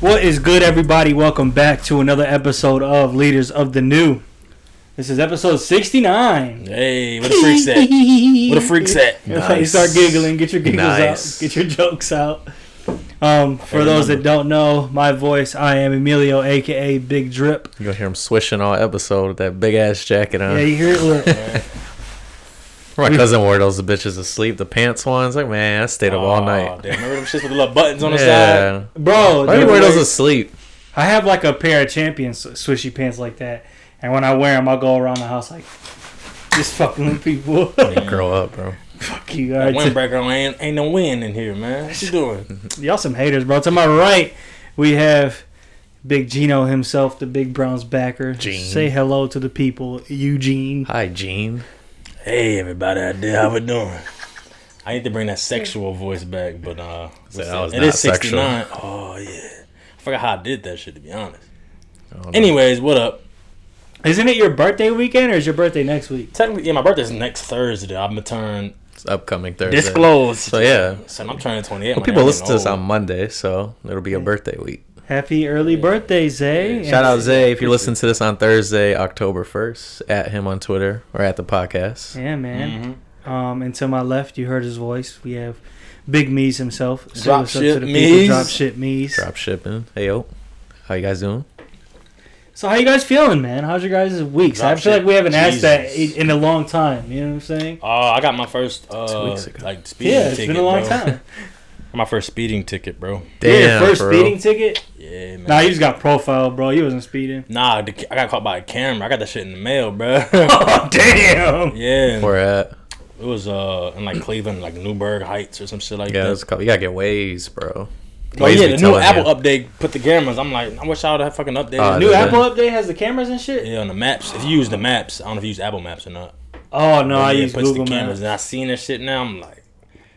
What is good, everybody? Welcome back to another episode of Leaders of the New. This is episode 69. Hey, what a freak set. What a freak set. Everybody start giggling. Get your giggles Nice. out. Get your jokes out. Um, for Hey, those remember. that don't know my voice, I am Emilio, aka Big Drip. You're gonna hear him swishing all episode with that big ass jacket on. Yeah, you hear it? Look. My cousin wore those bitches asleep, the pants ones. Like, man, I stayed up all Aw, night. Damn, remember them shits with the little buttons on the side? yeah. Bro, Why do the you wear those way- asleep? I have like a pair of champion sw- swishy pants like that. And when I wear them, I go around the house like, just fucking with people. Grow up, bro. Fuck you That guys. windbreaker ain't, ain't no wind in here, man. What you doing? Y'all some haters, bro. To my right, we have Big Gino himself, the Big Browns backer. Gene. Say hello to the people, Eugene. Hi, Gene. Hey, everybody out there, how we doing? I need to bring that sexual voice back, but uh, what's that that? was It not is sexual. 69. Oh yeah, I forgot how I did that shit to be honest. I don't know. Anyways, what up? Isn't it your birthday weekend or is your birthday next week? Technically, yeah, my birthday's next Thursday. I'm gonna turn It's upcoming Thursday. disclosed. So yeah, Son, I'm turning 28. well, my people name listen to this old. on Monday, so it'll be a birthday week. Happy early birthday, Zay. Yeah. Shout out Zay if you listen to this on Thursday, October first, at him on Twitter or at the podcast. Yeah, man. Mhm. Um, and to my left, you heard his voice. We have Big Mees himself. Say Drop what's up shit to the people. Mees. Drop shit Mees. Drop shipping. Hey yo, how you guys doing? So how you guys feeling, man? How's your guys' weeks? Drop I feel like shit we haven't asked that Jesus. i- in a long time. You know what I'm saying? Uh, I got my first uh, Two weeks ago. like speeding Yeah, it's ticket. been a long bro. time. My first speeding ticket, bro. yeah, first bro. speeding ticket. Yeah, man. Nah, you just got profile, bro. You wasn't speeding. Nah, the, ca- I got caught by a camera. I got that shit in the mail, bro. Oh damn! yeah, Where at? it was uh in like Cleveland, like Newburgh Heights or some shit like Yeah, that. it's called, you gotta get waves, bro. oh yeah, Waze be the new telling Apple you. update put the cameras. I'm like, I wish I would have fucking updated. Uh, New Yeah. Apple update has the cameras and shit. yeah, on the maps. If you use the maps, I don't know if you use Apple Maps or not. Oh no, But I yeah, it use puts Google the Maps. and I seen that shit now. I'm like,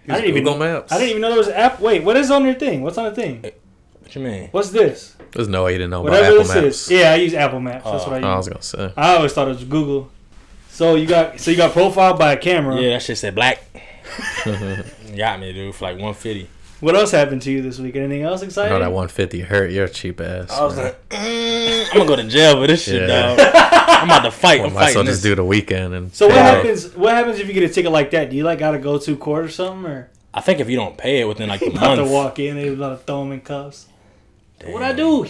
I didn't even Google know. Maps. I didn't even know there was an app. Wait, what is on your thing? What's on the thing? what you mean? What's this? There's no way you didn't know about Whatever Apple this is. Maps. Yeah, I use Apple Maps. That's Oh. what Oh, I I was use. gonna say. I always thought it was Google. So you got so you got profiled by a camera. Yeah, that shit said black. Got me, dude, for like 150. What else happened to you this week? Anything else I exciting? know that 150 hurt your cheap ass. I was man. like, mm, I'm gonna go to jail for this shit, Yeah. dog. I'm about to fight. Well, I'm might as fighting well this. just do the weekend and. So what Yeah. happens? What happens if you get a ticket like that? Do you like gotta go to court or something, or I think if you don't pay it within like a about to month, walk in? They about to throw them in cuffs. What I Damn. do?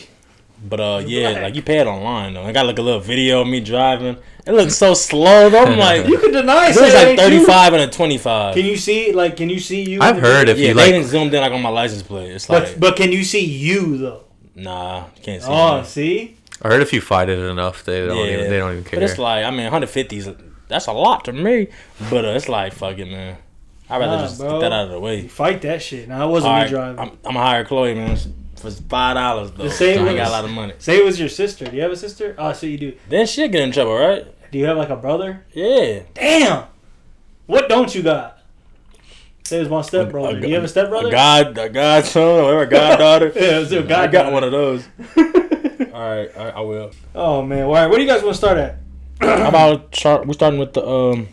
But uh, yeah, black. like you pay it online though. I got like a little video of me driving. It looks so slow though. I'm like, You it could deny was saying like it ain't you. 35 and a 25. Can you see? Like, can you see you? I've heard if yeah, you they like. didn't zoomed in like on my license plate. It's But like, but can you see you though? nah, can't see. Oh, me. see. I heard if you fight it enough, they don't. Even, they don't even care. But it's like, I mean, 150s. That's a lot to me. But uh, it's like, fucking man, I'd rather Nah, just bro. get that out of the You way. fight that shit. Now I All wasn't me right, driving. I'm, I'm gonna hire Chloe man for five dollars though. The same I ain't was- got a lot of money. Say it was your sister. Do you have a sister? Oh, so you do. Then she'll get in trouble, right? Do you have like a brother? Yeah. Damn. What don't you got? Say it was my A- stepbrother. a- Do you have a stepbrother? A god, a godson, or whatever, a goddaughter. Yeah, it was a I got goddaughter. one of those. All right, I, I will. oh man. All right. Where do you guys want to start at? How about start, we starting with the um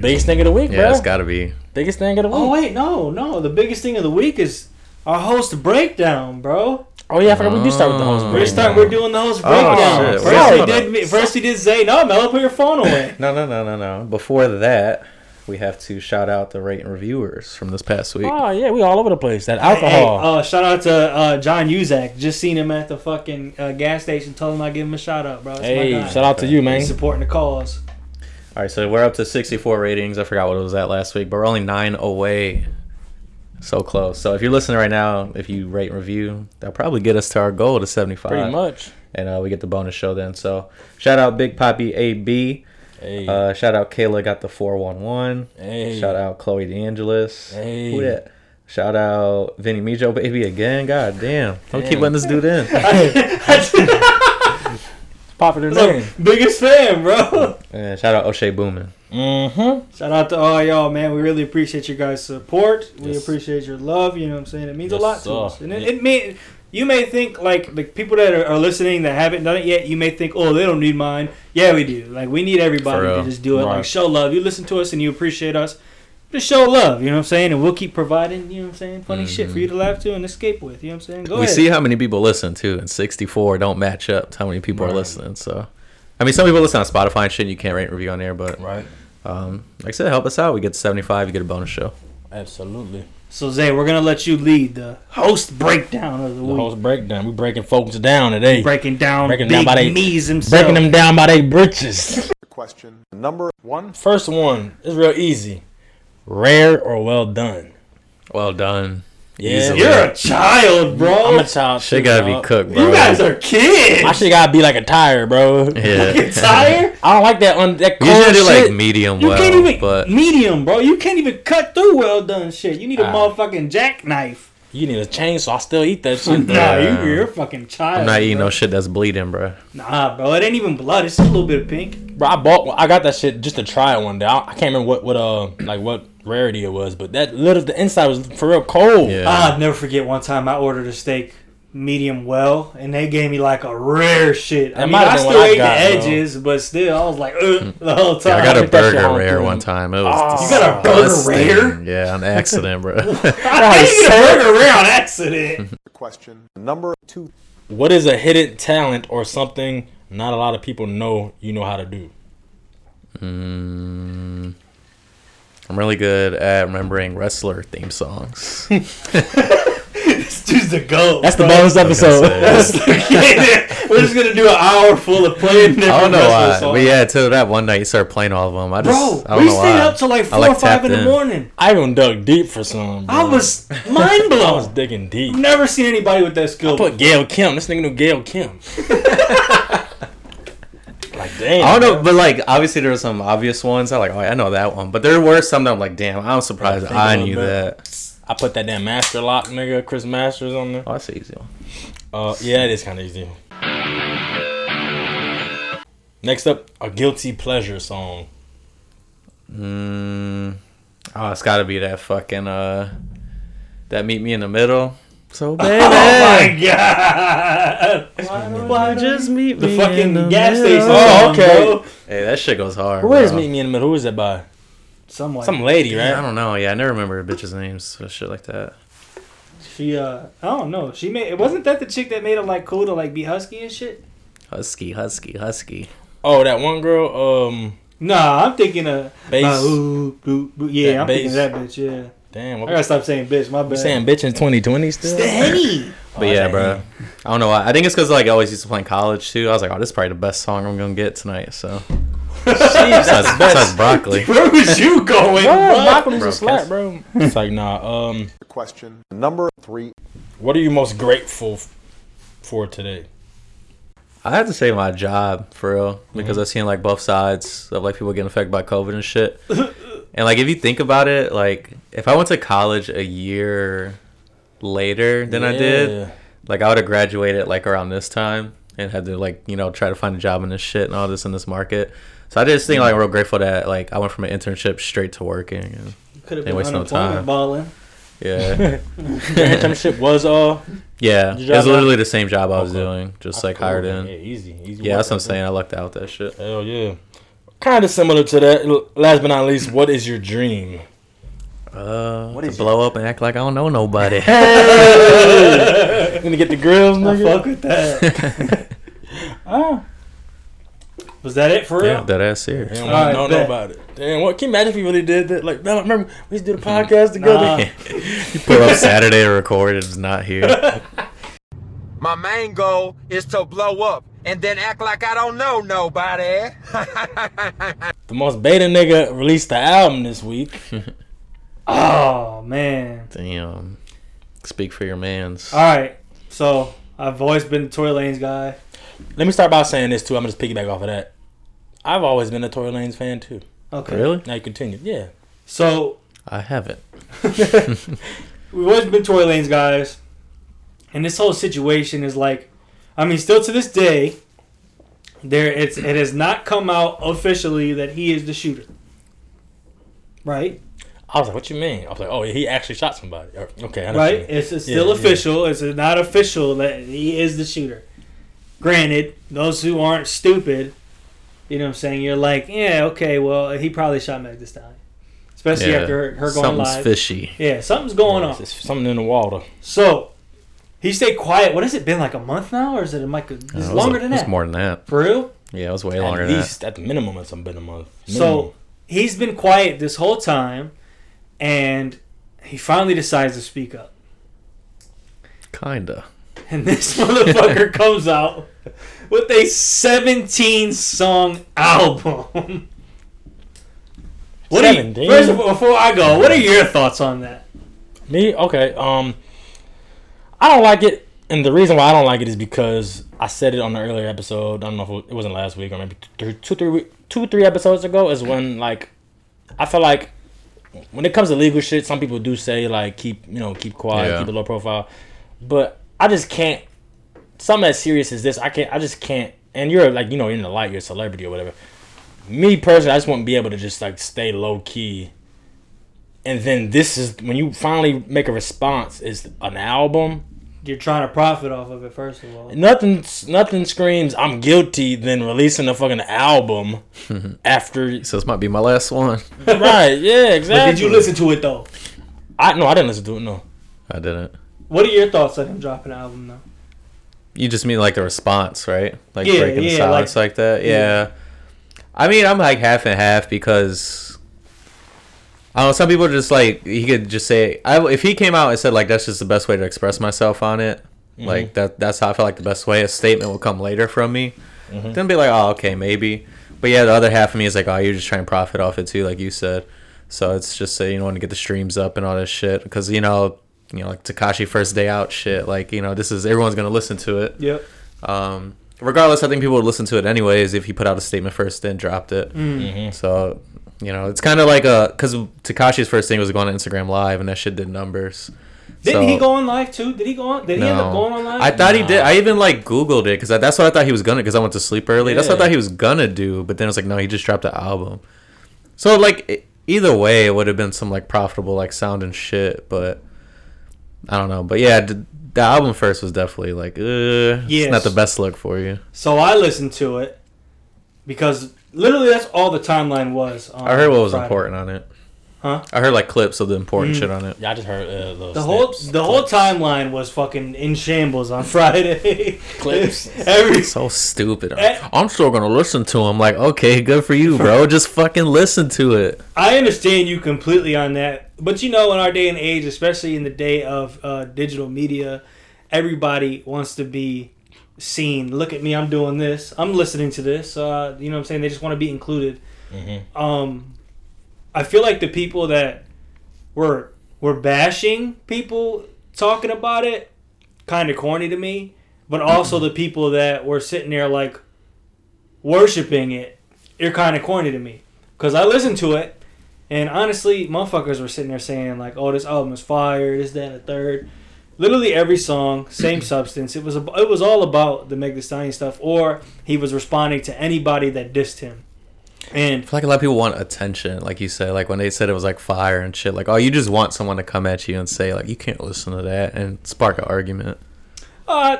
biggest thing of the week, yeah, bro? it's got to be. biggest thing of the week. Oh Oh, wait, no, no. The biggest thing of the week is our host breakdown, bro. Oh, yeah, I forgot we do start with the host. Oh. We're break. start. We're doing the host breakdown. Oh, shit. First we Wow. did. me- First we did Zay. No, Mello, put your phone away. No, no, no, no, no. Before that, we have to shout out the rate and reviewers from this past week. Oh yeah, we all over the place. That Hey, alcohol. uh, shout out to uh, John Uzak. Just seen him at the fucking uh, gas station. Told him I give him a shout out, bro. It's Hey, my guy. shout out to you, man. He's supporting the cause. All right, so we're up to 64 ratings. I forgot what it was at last week, but we're only nine away. So close. So if you're listening right now, if you rate and review, that'll probably get us to our goal to 75. Pretty much. and uh, we get the bonus show then. So shout out Big Poppy AB. Hey, Uh, shout out Kayla got the four one one. hey. Shout out Chloe DeAngelis. Hey. Who that? Shout out Vinny Mijo baby again. God damn. Don't keep Damn. letting this dude in. Popular Look, name. biggest fan, bro. and shout out O'Shea Boomin. Mm-hmm. Shout out to all y'all, man. We really appreciate your guys' support. We Yes. appreciate your love. You know what I'm saying? It means a Yes, lot to sir. us. And it, Yeah. it may, you may think, like, the people that are, are listening that haven't done it yet, you may think, oh, they don't need mine. Yeah, we do. Like, we need For everybody to real. just do it. Like, Right. show love. You listen to us and you appreciate us. Just show love, you know what I'm saying? And we'll keep providing, you know what I'm saying, funny shit for you Mm-hmm. to laugh to and escape with, you know what I'm saying? Go we ahead. see how many people listen too, and 64 don't match up to how many people are Right. listening. So, I mean, some people listen on Spotify and shit. and You can't rate and review on there, but Right. um, like I said, help us out. We get to 75, you get a bonus show. Absolutely. so, Zay, we're going to let you lead the host breakdown of the, The week. whole breakdown. We breaking folks down today. breaking down Breaking down Big by they- Me's himself. breaking them down by their britches. Question number one. First one is real easy. Rare or well done. Well done. Yeah. Easily. You're a child, bro. I'm a child. Shit too, gotta be dog. cooked, bro. you guys are kids. I should gotta be like a tire, bro. You're yeah. tired? I don't like that on that You cold Usually I do shit. like medium You well, can't even but medium, bro. You can't even cut through well done shit. You need a Ah. motherfucking jackknife. you need a chainsaw. I still eat that shit. though. Nah, Yeah. you, you're a fucking child. I'm not eating bro. no shit that's bleeding, bro. Nah, bro. It ain't even blood. It's just a little bit of pink. Bro, I bought. one- I got that shit just to try it one day. I, I can't remember what what uh like what rarity it was, but that literally the inside was for real cold. Yeah. Ah, I'll never forget one time I ordered a steak medium well, and they gave me like a rare shit. I That mean, might've I been still what I ate got, the bro. edges, but still, I was like, Ugh, the whole Yeah, time. I got a think that shit burger all rare through. one time. It was Oh. you got a burger disgusting. rare? Yeah, on accident, bro. I didn't get a burger rare on accident. Question number two. What is a hidden talent or something not a lot of people know you know how to do? Mm, I'm really good at remembering wrestler theme songs. this dude's the goat. That's the bro. bonus episode. I We're just gonna do an hour full of playing. I don't know why. But yeah, until that one night you started playing all of them. I Bro, just, I don't we know why. stayed up till like I, four like, or five tapped in the in. morning. I even dug deep for some. Bro. I was mind I was blown. digging deep. Never seen anybody with that skill. Put Gail Kim. This nigga knew Gail Kim. like damn. I don't know, bro. but like obviously there were some obvious ones. I like, oh, I know that one, but there were some that I'm like, damn, I'm surprised I think I one, knew bro. that. I put that damn Master Lock nigga, Chris Masters on there. Oh, that's an easy one. Uh, yeah, it is kind of easy. Next up, a guilty pleasure song. Mm, oh, it's got to be that fucking uh, that meet me in the middle. So baby, oh my god! why just meet The me in fucking the gas middle? station. Oh, song, okay. bro. Hey, that shit goes hard. Who is bro. Meet Me in the Middle? Who is that by? Someone. Some lady, Yeah, I right? don't know. Yeah, I never remember bitches' names or shit like that. She uh, I don't know. She made. It wasn't that the chick that made it like cool to like be husky and shit. Husky, husky, husky. Oh, that one girl. Um, Nah, I'm thinking uh, Bass. uh, ooh, ooh, ooh. yeah, That I'm thinking bass. that bitch. Yeah, damn, I what gotta stop saying bitch. My we bad. saying, bitch in 2020 still? Steady. But Oh, yeah, dang. bro. I don't know. Why. I think it's because like I always used to play in college too. I was like, oh, this is probably the best song I'm gonna get tonight. So Jeez, that's besides, the best. besides broccoli. Where was you going, Bro, bro? Malcolm's Bro, a slap, bro. It's like, nah. Um, Question number three. what are you most grateful f- for today? I have to say my job for real because I've seen like both sides of like people getting affected by COVID and shit. and like if you think about it, like if I went to college a year later than I did, Yeah. like I would have graduated like around this time and had to like you know try to find a job in this shit and all this in this market. So I just think like I'm real grateful that like I went from an internship straight to working. And, Could have They been waste no unemployment time. balling. yeah, Your internship was uh. yeah. Your It job was now? literally the same job I was Okay. doing, just like Cool, hired man. Yeah, in. easy, easy. Yeah, that's work, what bro. I'm saying. I lucked out with that shit. Hell yeah. Kind of similar to that. L- Last but not least, what is your dream? Uh, What to is blow up and act like I don't know nobody. You gonna get the grills, I nigga? fuck with that. Ah. Was that it for real? Yeah, that ass serious. Damn, All right, I don't know bet. about it. Damn, what? Can you imagine if you really did that? Like, man, I remember we used to do the podcast together. Nah. You pull up Saturday to record, it's not here. My main goal is to blow up and then act like I don't know nobody. The most beta nigga released the album this week. Oh man. Damn. Speak for your man's. All right. So I've always been the Tory Lanez guy. Let me start by saying this too. I'm gonna just piggyback off of that. I've always been a Tory Lanez fan too. Okay. Really? Now you continue. Yeah. So I haven't. we've always been Tory Lanez guys, and this whole situation is like, I mean, still to this day, there it's it has not come out officially that he is the shooter. Right. I was like, what you mean? I was like, oh, he actually shot somebody. Or- Okay, I know what you right? mean. It's, it's Yeah, still yeah. official. It's not official that he is the shooter. Granted, those who aren't stupid, you know what I'm saying, you're like, yeah, okay, well, he probably shot Meg this time. It's especially after her, her going Something's live. fishy. Yeah, something's going on. It's something in the water. So he stayed quiet. What has it been like a month now, or is it like it's Uh, it was longer a- than it was that? more than that. For real? Yeah, it was way At longer than that. least at the minimum, it's been a month. Minimum. So he's been quiet this whole time, and he finally decides to speak up. Kinda. And this motherfucker comes out with a 17 song album. What are you, 17? first of all, before I go, what are your thoughts on that? Me? Okay. Um, I don't like it, and the reason why I don't like it is because I said it on the earlier episode. I don't know if it, it wasn't last week or maybe th- two, three, we- two, three episodes ago. Is when like I feel like when it comes to legal shit, some people do say like keep you know keep quiet, Yeah. keep a low profile, but I just can't. Something as serious as this, I can't. I just can't. And you're like you know in the light, you're a celebrity or whatever. Me personally, I just wouldn't be able to just like stay low key and then this is when you finally make a response is an album You're trying to profit off of it, first of all. nothing nothing screams i'm guilty than releasing a fucking album after So this might be my last one. right yeah exactly But did you listen to it though? i no i didn't listen to it no I didn't. What are your thoughts on him dropping an album though? You just mean like the response, right? Like Yeah, breaking yeah, the silence like, that. Yeah. I mean, I'm like half and half because I don't know. Some people just like he could just say, I, if he came out and said like that's just the best way to express myself on it, like that that's how I feel like the best way. A statement will come later from me. Then be like, oh, okay, maybe. But yeah, the other half of me is like, oh, you're just trying to profit off it too, like you said. So it's just uh, you know want to get the streams up and all this shit because you know you know like Takashi first day out shit. Like you know this is everyone's gonna listen to it. Yep. Um, regardless, I think people would listen to it anyways if he put out a statement first, then dropped it. Mm. So, you know, it's kind of like a because Takashi's first thing was going on Instagram Live, and that shit did numbers. Didn't So- he go on live too? Did he go on? Did he end up No. going on live? I thought he did. I even like Googled it because that's what I thought he was gonna. Because I went to sleep early. That's what I Yeah. thought he was gonna do. But then I was like, no, he just dropped an album. So like e- either way, it would have been some like profitable like sound and shit. But I don't know. But yeah, d- the album first was definitely like, uh, Yes. it's not the best look for you. So I listened to it because literally that's all the timeline was. On I heard what was Friday. important on it. Huh? Mm. I heard like clips of the important shit on it. yeah i just heard uh, little The whole snips. the whole timeline was fucking in shambles on Friday. Clips. Every So stupid. Eh. I'm still gonna listen to him. Like, okay, good for you, bro. Just fucking listen to it. I understand you completely on that, but you know, in our day and age, especially in the day of uh, digital media, everybody wants to be seen. Look at me, I'm doing this. I'm listening to this. Uh, you know what I'm saying? They just want to be included. Um, I feel like the people that were were bashing people talking about it kind of corny to me, but also the people that were sitting there like worshiping it, you're kind of corny to me. Because I listened to it, and honestly, motherfuckers were sitting there saying, like, oh, this album is fire, this, that, and the third. Literally every song, same substance. It was ab- it was all about the Meg Thee Stallion stuff, or he was responding to anybody that dissed him. And I feel like a lot of people want attention, like you said. Like when they said it was like fire and shit. Like, oh, you just want someone to come at you and say like you can't listen to that and spark an argument. uh,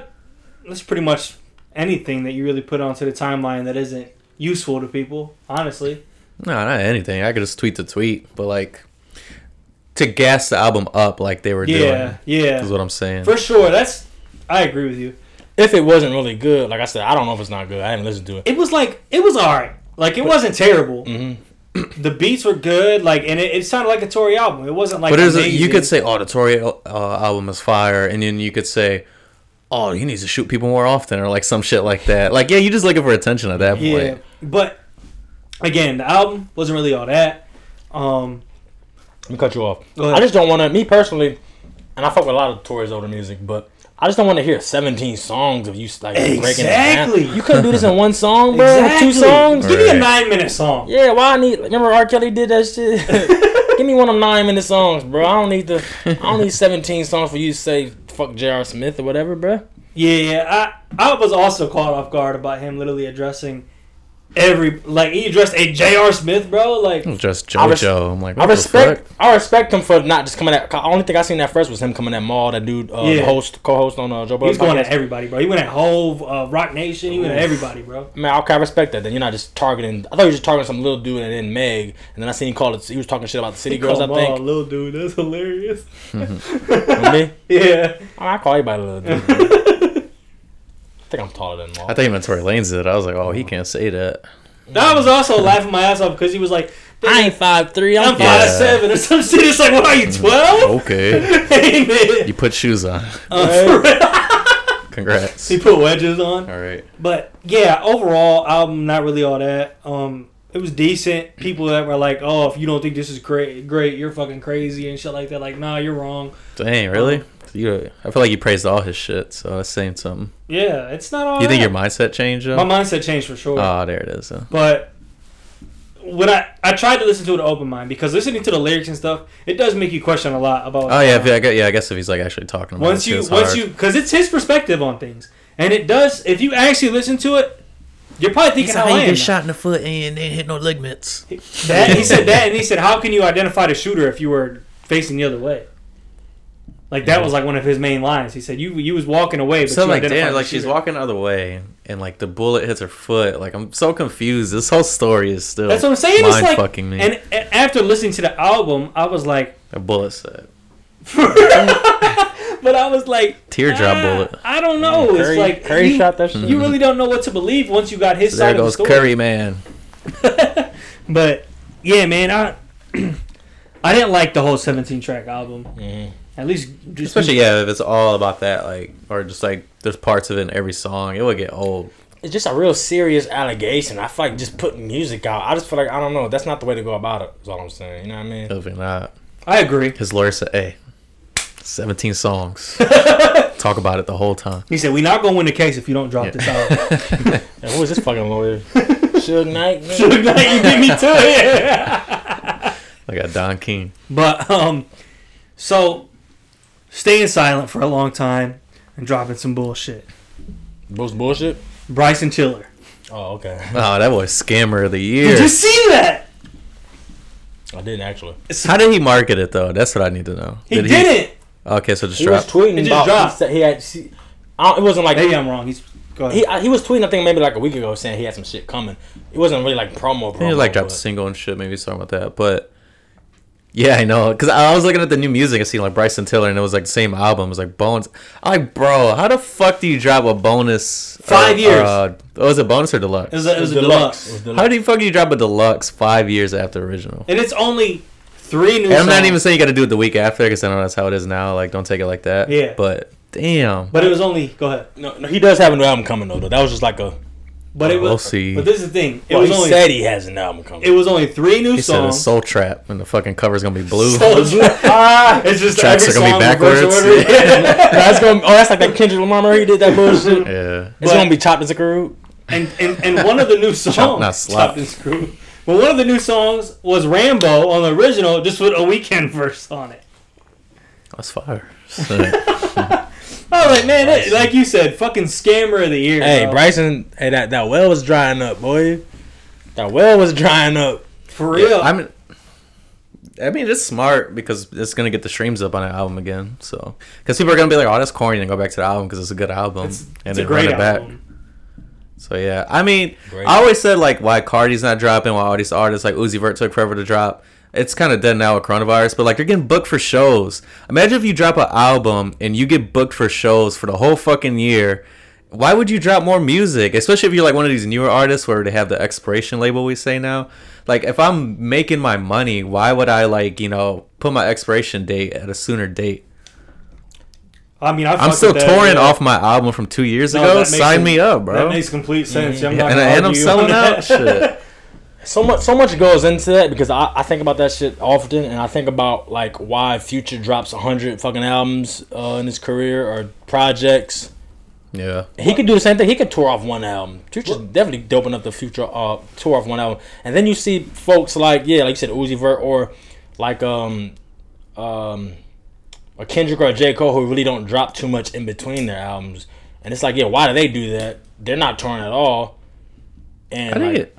that's pretty much anything that you really put onto the timeline that isn't useful to people, honestly. No, not anything. I could just tweet the tweet, but like to gas the album up like they were Yeah, doing. Is yeah. what I'm saying. For sure, that's. I agree with you. if it wasn't really good like i said i don't know if it's not good i didn't listen to it it was like it was all right. Like it wasn't terrible. Mm-hmm. the beats were good. Like and it, it sounded like a Tory album. It wasn't like But there's a, you amazing. could say, oh, the Tory uh, album is fire, and then you could say, oh, he needs to shoot people more often, or like some shit like that. Like, yeah, you just looking for attention at that yeah. point. But again, the album wasn't really all that. Um, Let me cut you off. Go ahead. I just don't want to. Me personally, and I fuck with a lot of Tories older music, but I just don't want to hear 17 songs of you like breaking it down. Exactly. You couldn't do this in one song, bro. exactly. Two songs. Give me a Right. nine minute song. Yeah, why I need? Remember R. Kelly did that shit. Give me one of them nine minute songs, bro. I don't need the. I don't need 17 songs for you to say fuck J.R. Smith or whatever, bro. Yeah, I I was also caught off guard about him literally addressing every like he addressed a J.R. Smith, bro. Like Just I res- JoJo. I'm like, I what respect. I respect him for not just coming at. I only think I seen that first was him coming at Maul, that dude, uh, Yeah. the host, co-host on uh, Joe Budden. he's going at everybody, bro. He went at Hove, uh, Rock Nation. He went at everybody, bro. Man, okay, I respect that. Then you're not just targeting. I thought you were just targeting some little dude and then Meg, and then I seen he called it. He was talking shit about the city girls. I Come on, think. little dude, that's hilarious. You know me? Yeah, I, mean, I call everybody a little dude. I think I'm taller than Maul. I think he meant Tory Lanez did. I was like, oh, he can't say that. I was also laughing my ass off because he was like, I ain't five three. I'm I'm Yeah. five seven or some shit. It's like, what are you twelve? Mm, Okay. Hey man, you put shoes on. Congrats. he put wedges on. All right. But yeah, overall, album not really all that. Um, it was decent. People that were like, "Oh, if you don't think this is great, great, you're fucking crazy" and shit like that. Like, nah, you're wrong. Dang, really? You, I feel like you praised all his shit, so that's saying something. Yeah, it's not all. You think that. your mindset changed, though? my mindset changed for sure? Oh, there it is. Though. but when I I tried to listen to it with an open mind because listening to the lyrics and stuff, it does make you question a lot about. Oh yeah, if, yeah, I guess, yeah. I guess if he's like actually talking about once it, you it's once hard. you because it's his perspective on things, and it does. If you actually listen to it, you're probably thinking how I am. in the foot and didn't hit no ligaments. That he said that, and he said, "How can you identify the shooter if you were facing the other way?" Like that was like one of his main lines. He said, "You you was walking away, but So you like, identified damn, the like she's shooter." walking the other way, and like the bullet hits her foot. Like I'm so confused. This whole story is still That's what I'm saying. It's Mind like, fucking me. And, and after listening to the album, I was like, a bullet set. but I was like, Teardrop "Ah, bullet. I don't know. it's Curry, like Curry you, shot that shit. you really don't know what to believe once you got his So side there of the goes story. Curry man. But yeah, man, I I didn't like the whole 17 track album. At least, just Especially yeah, if it's all about that, like or just like there's parts of it in every song, it would get old. it's just a real serious allegation. I feel like just putting music out. I just feel like I don't know. That's not the way to go about it. Is all I'm saying. You know what I mean? Hopefully not. I agree. His lawyer said, "Hey, 17 songs. Talk about it the whole time." He said, "We're not gonna win the case if you don't drop this out." And who is this fucking lawyer? Suge Knight. man? Suge Knight, you beat me to it. Like a Don King. But um, so staying silent for a long time and dropping some bullshit. Most bullshit. Bryson Tiller. Oh, okay. Oh, that was scammer of the year. Did you see that? I didn't actually. How did he market it though? That's what I need to know. He did not Okay, so just He drop. was tweeting It just about. dropped. He, said he had. She, I don't, it wasn't like Maybe I'm wrong. He's go ahead. he. I, he was tweeting. I think maybe like a week ago, saying he had some shit coming. It wasn't really like promo. promo He like dropped but- a single and shit. Maybe he's talking about that, but yeah, I know. Cause I was looking at the new music. I seen like Bryson Tiller, and it was like the same album. It was like Bones. I'm like, bro, how the fuck do you drop a bonus? Five or- years. or, uh, oh, was it bonus or deluxe? it was a, it was a It deluxe, was deluxe. how do you fuck do you drop a deluxe five years after original? and it's only three new. And I'm not songs, even saying you got to do it the week after, because I know that's how it is now. Like, don't take it like that. Yeah. But damn. But it was only go ahead. No, no, he does have a new album coming though. though. That was just like a. But it was. We'll see. But this is the thing. It Well, was he only. said he has an album coming. it was only three new He said it's songs. Soul Trap, and the fucking cover's gonna be blue. So it's, ah, it's just Tracks every are gonna be song reverse backwards. order. that's gonna. Oh, that's like that Kendrick Lamar Murray did that bullshit. yeah. It's But- gonna be chopped as a root. and and, and one of the new songs Chop, not slap. Chopped and screwed. But one of the new songs was Rambo on the original, just with a weekend verse on it. That's fire. I was like, man, that, like you said, fucking scammer of the year. Hey, bro. Bryson. Hey, that, that well was drying up, boy. That well was drying up. for real. I mean, I mean, it's smart because it's gonna get the streams up on an album again. So, because people are gonna be like, "Oh, that's corny," and go back to the album because it's a good album, and it's a then great run it back. album. So yeah, I mean, Great. I always said like, why Cardi's not dropping, why all these artists like Uzi Vert took forever to drop. It's kind of dead now with coronavirus, but like they're getting booked for shows. Imagine if you drop an album and you get booked for shows for the whole fucking year. Why would you drop more music, especially if you're like one of these newer artists where they have the expiration label we say now? Like, if I'm making my money, why would I like you know put my expiration date at a sooner date? I mean, I I'm fuck still with that, touring yeah. off my album from two years No, ago. that makes Sign com- me up, bro. That makes complete sense. I'm not and, gonna I- and I'm argue selling on out that. shit. So much, so much goes into that because I, I think about that shit often, and I think about like why Future drops hundred fucking albums uh, in his career or projects. Yeah. He could do the same thing. He could tour off one album. Future's definitely doping up the future uh, tour off one album, and then you see folks like yeah, like you said, Uzi Vert or like um um a Kendrick or a J Cole who really don't drop too much in between their albums, and it's like yeah, why do they do that? They're not touring at all. And I think like, it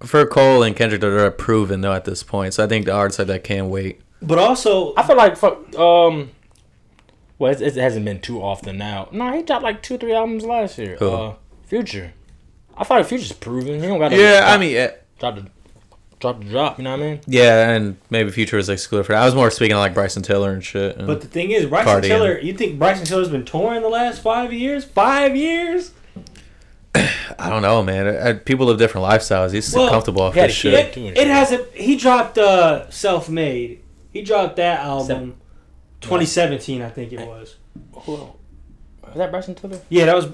for Cole and Kendrick they're proven though at this point. So I think the artists like that can wait. But also, I feel like fuck. Um, well, it's, it hasn't been too often now. No, he dropped like two, three albums last year. Who? Uh, Future. I thought Future's proven. He don't got Yeah, I mean, eh, drop the drop the drop. You know what I mean? yeah, and maybe Future is excluded for. That. I was more speaking of like Bryson Taylor and shit. and- Mm. but the thing is, Bryson Cardi and- Tiller. You think Bryson Tiller's been touring the last five years? Five years? I don't know, man. I, I- people live different lifestyles. He's Well, comfortable off he had this a shit. kid. It, doing it shit. hasn't. He dropped uh, Self Made. He dropped that album, 2017, I think it was. Who else? Was that Bryson Tiller? Yeah, that was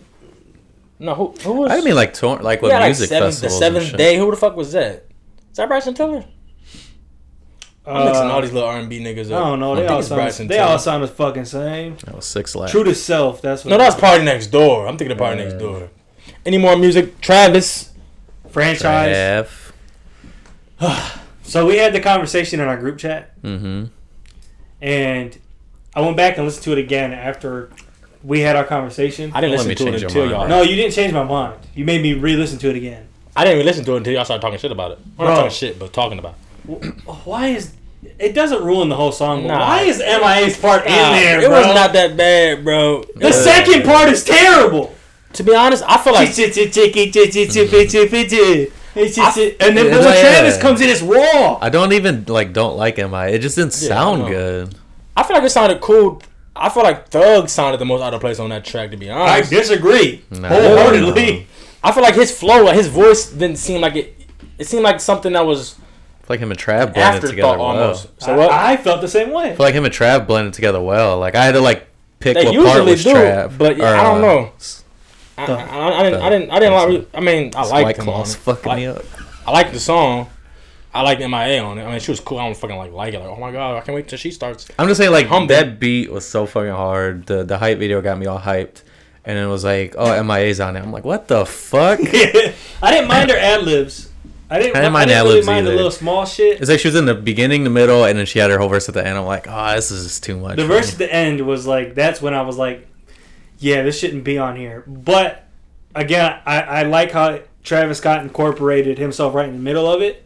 No, who who was? I mean, like tour, like what yeah, like music seventh, the festivals. and seventh shit. day. Who the fuck was that? Is that Bryson Tiller? I'm mixing Uh, all these little R and B niggas I up. don't know. I They think all it's Bryson sound. They Tiller. all sound the fucking same. That was six last. True to self. That's what. No, that's Party Next Door. I'm thinking of Party Next Door. Any more music? Travis. franchise. Trav. So we had the conversation in our group chat, Mm-hmm. and I went back and listened to it again after we had our conversation. I didn't Let me listen to change it your until mind, y'all. bro. no, you didn't change my mind. You made me re-listen to it again. I didn't even listen to it until y'all started talking shit about it. Bro. Well, not talking shit, but talking about. it. Oh, Why is it doesn't ruin the whole song? But Nah. Why is MIA's part in there, it bro? was not that bad, bro. the second part is terrible. To be honest, I feel like And then when Yeah. Travis comes in, it's raw. I don't even like don't like MI. It just didn't sound know. good. I feel like it sounded cool. I feel like Thug sounded the most out of place on that track. To be I honest, disagree Nah. wholeheartedly. I feel like his flow, his voice didn't seem like it. It seemed like something that was Like him and Trav blended afterthought together almost. well. So what? I, I felt the same way. I feel like him and Trav blended together well. Like I had to like pick They what part usually was do, Trav. uh, but yeah, I don't know. I, Thug. I, I didn't. I didn't. I didn't like. re- I mean, I White liked him. On Claw's it. fucking Like, me up. I liked the song. I liked MIA on it. I mean, she was cool. I don't fucking like like it. Like, oh my god, I can't wait till she starts. I'm just saying, like Humble. that beat was so fucking hard. The the hype video got me all hyped, and it was like, oh, MIA's on it. I'm like, what the fuck? I didn't mind her ad libs. I didn't, I didn't mind, really ad-libs mind the either. little small shit. It's like she was in the beginning, the middle, and then she had her whole verse at the end. I'm like, oh, this is just too much. the man." verse at the end was like that's when I was like, yeah, this shouldn't be on here. But again, I, I like how Travis Scott incorporated himself right in the middle of it,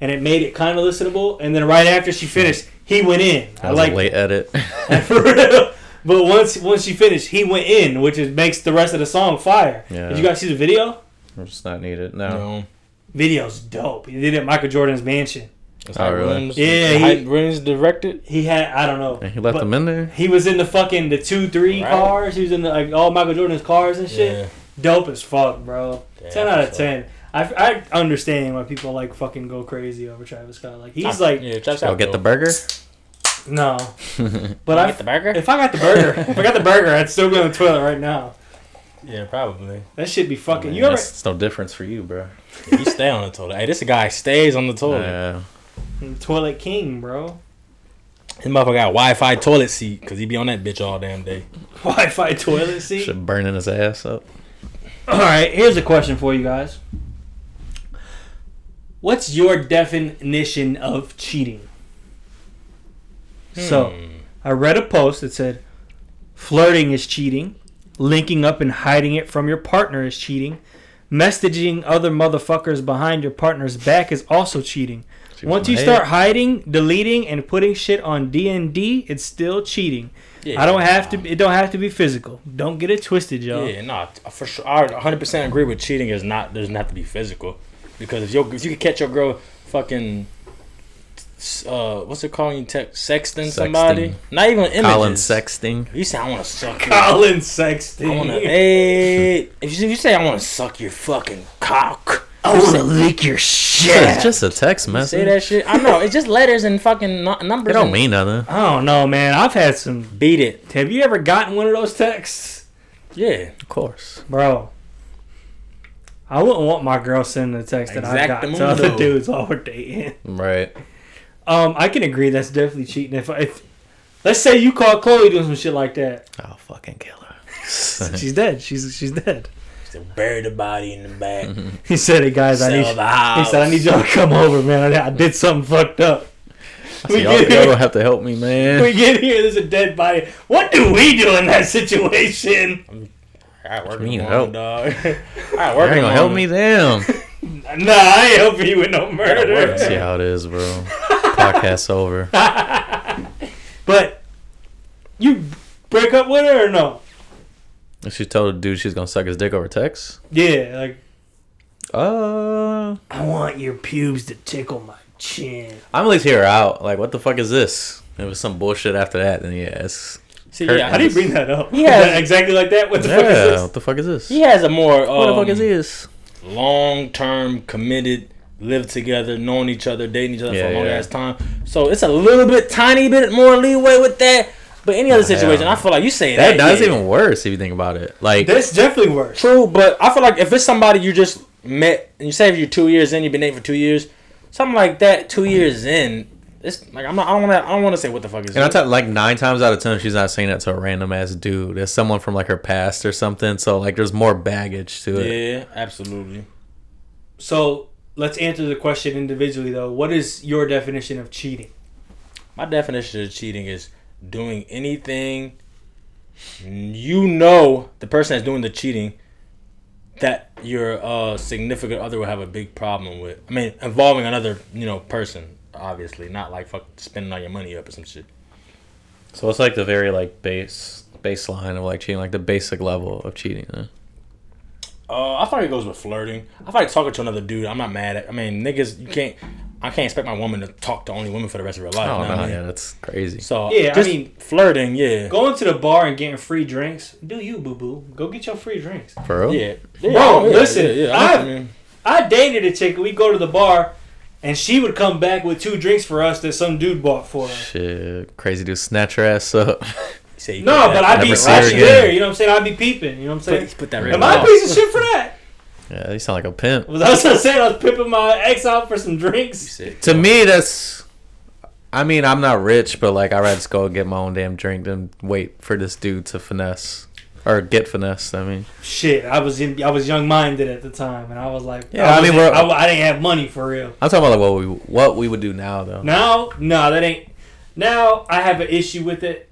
and it made it kind of listenable. And then right after she finished, he went in. That I was like a late edit. for real. But once once she finished, he went in, which is, makes the rest of the song fire. Yeah. Did you guys see the video? just not needed. No. You know, Video's dope. He did it at Michael Jordan's mansion. it's Oh, like really? Williams, Yeah, the he- hype Williams directed. He had I don't know. And he left but them in there. He was in the fucking the two three Right. cars. He was in the, like all Michael Jordan's cars and shit. Yeah. Dope as fuck, bro. Yeah, ten out of for sure. ten. I, I understand why people like fucking go crazy over Travis Scott. Like he's like yeah, check Go out get the though. burger. no, but Go I get the burger. if I got the burger, if I got the burger, I'd still be on the toilet right now. Yeah, probably. That should be fucking. Man, you ever? that's- It's no difference for you, bro. You stay on the toilet. Hey, this guy stays on the toilet. Yeah. Toilet King, bro. His motherfucker got Wi-Fi toilet seat because he be on that bitch all damn day. Wi-Fi toilet seat. Should burning his ass up. All right, here's a question for you guys. What's your definition of cheating? Hmm. So, I read a post that said flirting is cheating, linking up and hiding it from your partner is cheating, messaging other motherfuckers behind your partner's back is also cheating. Once you Hey. start hiding, deleting and putting shit on D&D, it's still cheating. Yeah, I don't have to it don't have to be physical. Don't get it twisted, y'all. Yeah, nah, t- for sure. I 100 percent agree with cheating is not doesn't have to be physical, because if you if you can catch your girl fucking, s- uh, what's it called? You text sexting, somebody, not even images. Colin sexting. You say I want to suck. Your, Colin Sexton. I want to. hey, if you, if you say I want to suck your fucking cock, want to lick your shit. It's just a text say message. that shit. I know it's just letters and fucking nu- numbers. It don't and- mean nothing. I don't know, man. I've had some. beat it. Have you ever gotten one of those texts, Yeah, Of course. bro? I wouldn't want my girl sending a text that I got to other Exactamundo. dudes while we're dating. Right. Um, I can agree that's definitely cheating. If, if let's say you caught Chloe doing some shit like that, I'll fucking kill her. she's dead. She's she's dead. so bury the body in the back. He said, "Hey guys, I Sell need." the He house. said, "I need y'all to come over, man. I, I did something fucked up." We y'all, get y'all here. don't have to help me, man. We get here. There's a dead body. What do we do in that situation? I work mean, is long, help? dog. I You're work gonna is long. help me, damn. Nah, I ain't helping you with no murder. work. See how it is, bro. Podcast over. But you break up with her or no? And she told the dude she's gonna suck his dick over text. Yeah, like Uh, I want your pubes to tickle my chin. I'm at least hear her out. Like, what the fuck is this? If it's some bullshit after that, then yeah, it's See, Kurt, yeah, How do you bring that up? Yeah. Is that exactly like that. What the yeah. fuck is this? What the fuck is this? he has a more What the fuck is um, this? long term committed, lived together, known each other, dating each other for Yeah, a long yeah. ass time. So it's a little bit, tiny bit more leeway with that. But any other situation, I feel like you say that. That, that's yeah. even worse if you think about it. Like, That's definitely worse. True, but I feel like if it's somebody you just met and you say you're two years in, you've been dating for two years, something like that, two years in, it's like I'm not, I don't want to, I don't want to say what the fuck is. and I this. tell like nine times out of ten, she's not saying that to a random ass dude. It's someone from like her past or something. So like, there's more baggage to it. yeah, absolutely. So let's answer the question individually though. What is your definition of cheating? My definition of cheating is doing anything you know the person that's doing the cheating that your uh, significant other will have a big problem with. I mean, involving another you know person, obviously, not like fuck spending all your money up or some shit. So it's like the very like base baseline of like cheating, like the basic level of cheating. Huh? Uh, I feel like it goes with flirting. I feel like talking to another dude. I'm not mad at. I mean, niggas, you can't. I can't expect my woman to talk to only women for the rest of her life. you Oh know what I no, mean? yeah, that's crazy. So Yeah, I just mean- flirting. Yeah, Going to the bar and getting free drinks. Do you boo boo? Go get your free drinks. For real? yeah. Bro, yeah. yeah, listen, yeah, yeah. I- I mean, I dated a chick. We go to the bar, and she would come back with two drinks for us that some dude bought for her. Shit, crazy dude, snatch her ass up. you say you No, put that- but I'd be Never see her right again. there. You know what I'm saying? I'd be peeping. You know what I'm saying? put, put that. ring Am Am I a off. piece of shit for that? yeah, you sound like a pimp. Was I was just saying I was pimping my ex out for some You drinks. said- To me, that's. I mean, I'm not rich, but like, I'd rather just go and get my own damn drink than wait for this dude to finesse or get finesse. I mean, Shit, I was in, I was young minded at the time, and I was like, Yeah, I I, mean, mean, we're- I, I didn't have money for real. I'm talking about like what we what we would do now though. Now, no, that ain't. Now I have an issue with it.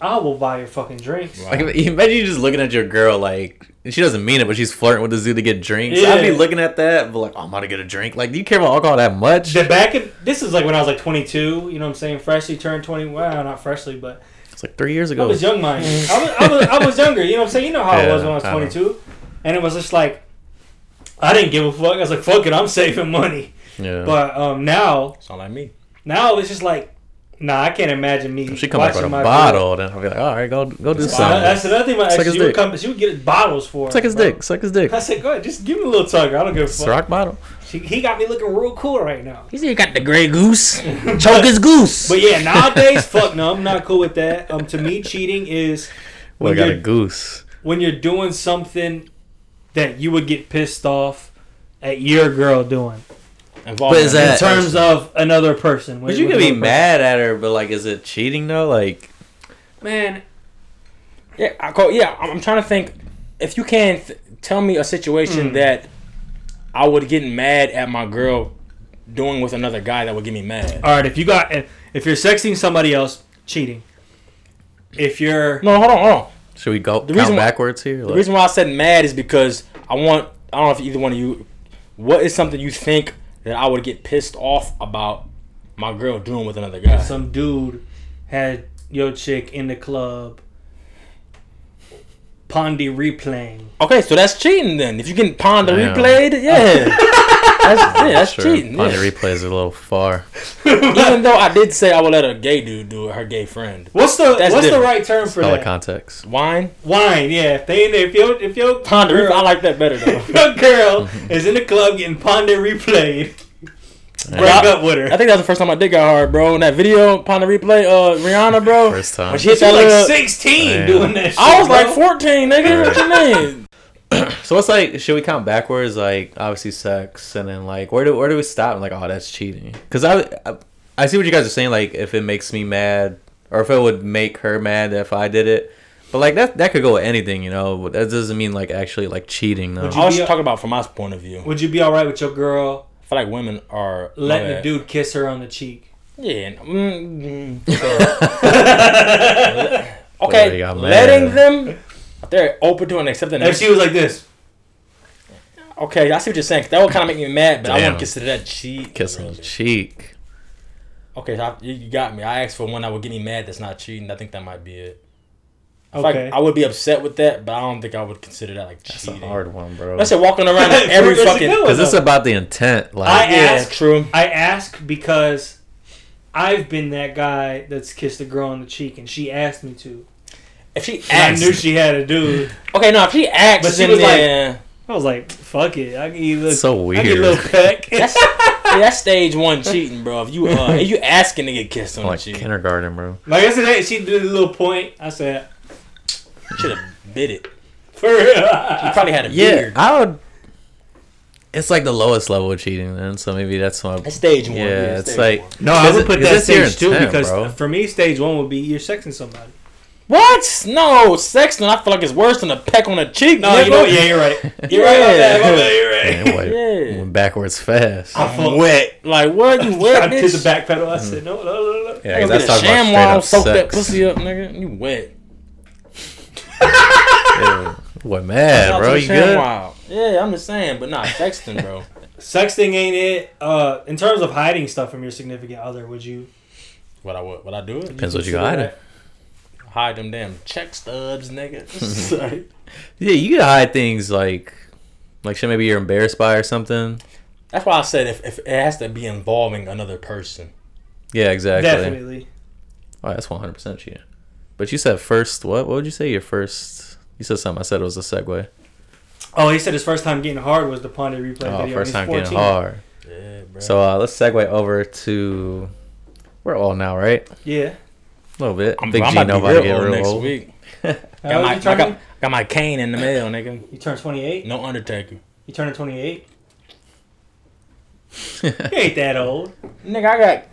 I will buy your fucking drinks. Like, imagine you just looking at your girl like and she doesn't mean it, but she's flirting with this dude to get drinks. I'd be Yeah. looking at that, but like, oh, I'm about to get a drink. Like, do you care about alcohol that much? The back in, this is like when I was like 22. You know what I'm saying? Freshly turned 20. Well, not freshly, but It's like three years I ago. was young minded. I was, I, was, I was younger. You know what I'm saying? You know how it was when I was Yeah, I know. 22, and it was just like I didn't give a fuck. I was like, fuck it, I'm saving money. Yeah. But um, now Sound like me. Now it's just like, nah, I can't imagine me. If she come back with watching a my girl. bottle, then I'll be like, all right, go go do So something. that's another thing. My Suck ex, his she would dick. come, she would get bottles for. Suck him, his bro. dick. Suck his dick. I said, go ahead, just give him a little tug. I don't give a It's a fuck. rock bottle. She, he got me looking real cool right now. He said you got the gray goose. Choke his goose. But yeah, nowadays, fuck no, I'm not cool with that. Um, to me, cheating is Well, when I got a you're- goose. when you're doing something that you would get pissed off at your girl doing Involving is in that- At terms of another person. But Would you could be mad at her, but like, is it cheating though? Like, man. Yeah, I call, yeah. I'm, I'm trying to think. If you can th- tell me a situation that I would get mad at my girl doing with another guy that would get me mad. All right, if you got if you're sexting somebody else, cheating. If you're No, hold on, hold on. should we go count reason why- backwards here? The Like, reason why I said mad is because I want. I don't know if either one of you. What is something you think that I would get pissed off about my girl doing with another guy? some dude had your chick in the club Pondy replaying. Okay, so that's cheating then. If you can pawn the Yeah. replayed, yeah. that's yeah, that's sure, cheating. on the yeah. replays are a little far. Even though I did say I would let a gay dude do it, her gay friend. What's the That's what's the different. right term for All the that? context. Wine? Wine, yeah. If they in there, if your if your Pond the replay. I girl, like that better though. if your girl is in the club getting Pondy replayed, break Yeah. up with her. I think that's the first time I did got hard, bro. In that video, upon the replay, uh, Rihanna, bro. First time. When she hit She was that like little, sixteen Damn. doing that. Shit, I was bro. like 14, nigga. What you mean? So it's like, should we count backwards? Like, obviously sex, and then like, where do where do we stop? Like, oh, that's cheating. Because I, I I see what you guys are saying. Like, if it makes me mad, or if it would make her mad if I did it. But like that, that could go with anything, you know. but That doesn't mean like actually like cheating though. Would you- I was be a- talking about from my point of view. Would you be all right with your girl I feel like women are my letting the bad. dude kiss her on the cheek? Yeah. mm, mm, okay, got mad. letting them. I they're open to and accepting. If she was like this, Okay, I see what you're saying. 'cause That would kind of make me mad, but I Damn. wouldn't consider that cheat. Kiss on the cheek. Okay, so I, you- you got me. I asked for one that would get me mad. That's not cheating. I think that might be it. I feel like okay. I would be upset with that, but I don't think I would consider that like That's cheating. a hard one, bro. Let's say walking around in every That's a fucking. good one. Because it's about the intent. Like, I Yeah, ask. true. I ask because I've been that guy that's kissed a girl on the cheek, and she asked me to. If she And I knew asked, she had a dude. okay, no, if she asked, But she then was like- yeah. I was like, fuck it. I can eat a little, so I can eat a weird. little peck. that's, yeah, that's stage one cheating, bro. If you uh, if you asking to get kissed on Like the cheek, kindergarten, bro. like I said, that she did a little point. I said, should have bit it. for You real. probably had a beard. I would. It's like the lowest level of cheating, then. So maybe that's why. That's stage one. Yeah, it's stage like one. No, I Is would it- put is that this your stage two intent, because bro? for me, stage one would be you're sexing somebody. what? No, sex. No, I feel like it's worse than a peck on the cheek. No, you know what? nigga. Yeah, you're right. You're right about that. My bad, You're right. Man, wait, Yeah. went backwards fast. I fuck- wet. Like what? You I wet, did bitch. the back pedal. I said, no, no, no, no. yeah, Go because get that's a talking ShamWow, about soak that straight up sex. pussy up, nigga. You wet. Yeah. What mad, Shout out bro? to You the good? ShamWow. Yeah, I'm just saying, but not sexting, bro. Sexting ain't it. Uh, in terms of hiding stuff from your significant other, would you? what I would, what I do it? Depends what you consider got. that? Hide them damn check stubs, nigga. It's like- Yeah, you can hide things like, like shit. Maybe you're embarrassed by or something. That's why I said if, if it has to be involving another person. Yeah, exactly. Definitely. Oh, that's one hundred percent cheating. But you said first. What? What would you say? Your first. You said something. I said it was a segue. Oh, he said his first time getting hard was the Ponder replay Oh, video. first He's time 14. getting hard. Yeah, bro. So uh, let's segue over to. We're all now, right? Yeah. A little bit. I'm, Big I'm G, about to nobody be get real old real next old. week. How Got old my, Oh, you, I turning? got, Mm. got my cane in the mail, nigga. you turned 28? No Undertaker. You turned 28? You ain't that old. Nigga, I got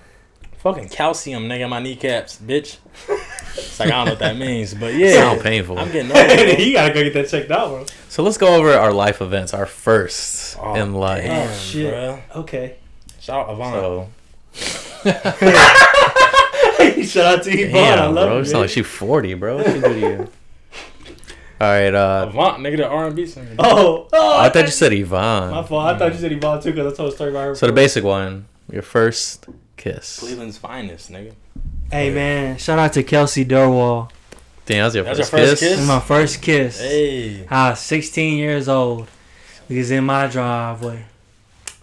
fucking calcium, nigga, in my kneecaps, bitch. It's like, I don't know what that means, but yeah. Sound painful. I'm getting old. bro. you gotta go get that checked out, bro. So let's go over our life events, our first Oh, in life. Damn, Oh, shit. bruh. Okay. Shout out Avon. So Shout out to Yvonne. damn, I love bro, you, it's not like man. she forty, bro. What she do to you? All right, uh, Avant, nigga, the R and B singer. Oh, oh. I thought you said My Yvonne. fault. I thought you said Yvonne too because I told a story about her. So the basic one, your first kiss. Cleveland's finest, nigga. hey, man. Shout out to Kelsey Durwall. Damn, that was your That was first, your first kiss. kiss? my first kiss. Hey, I was 16 years old. We was in my driveway,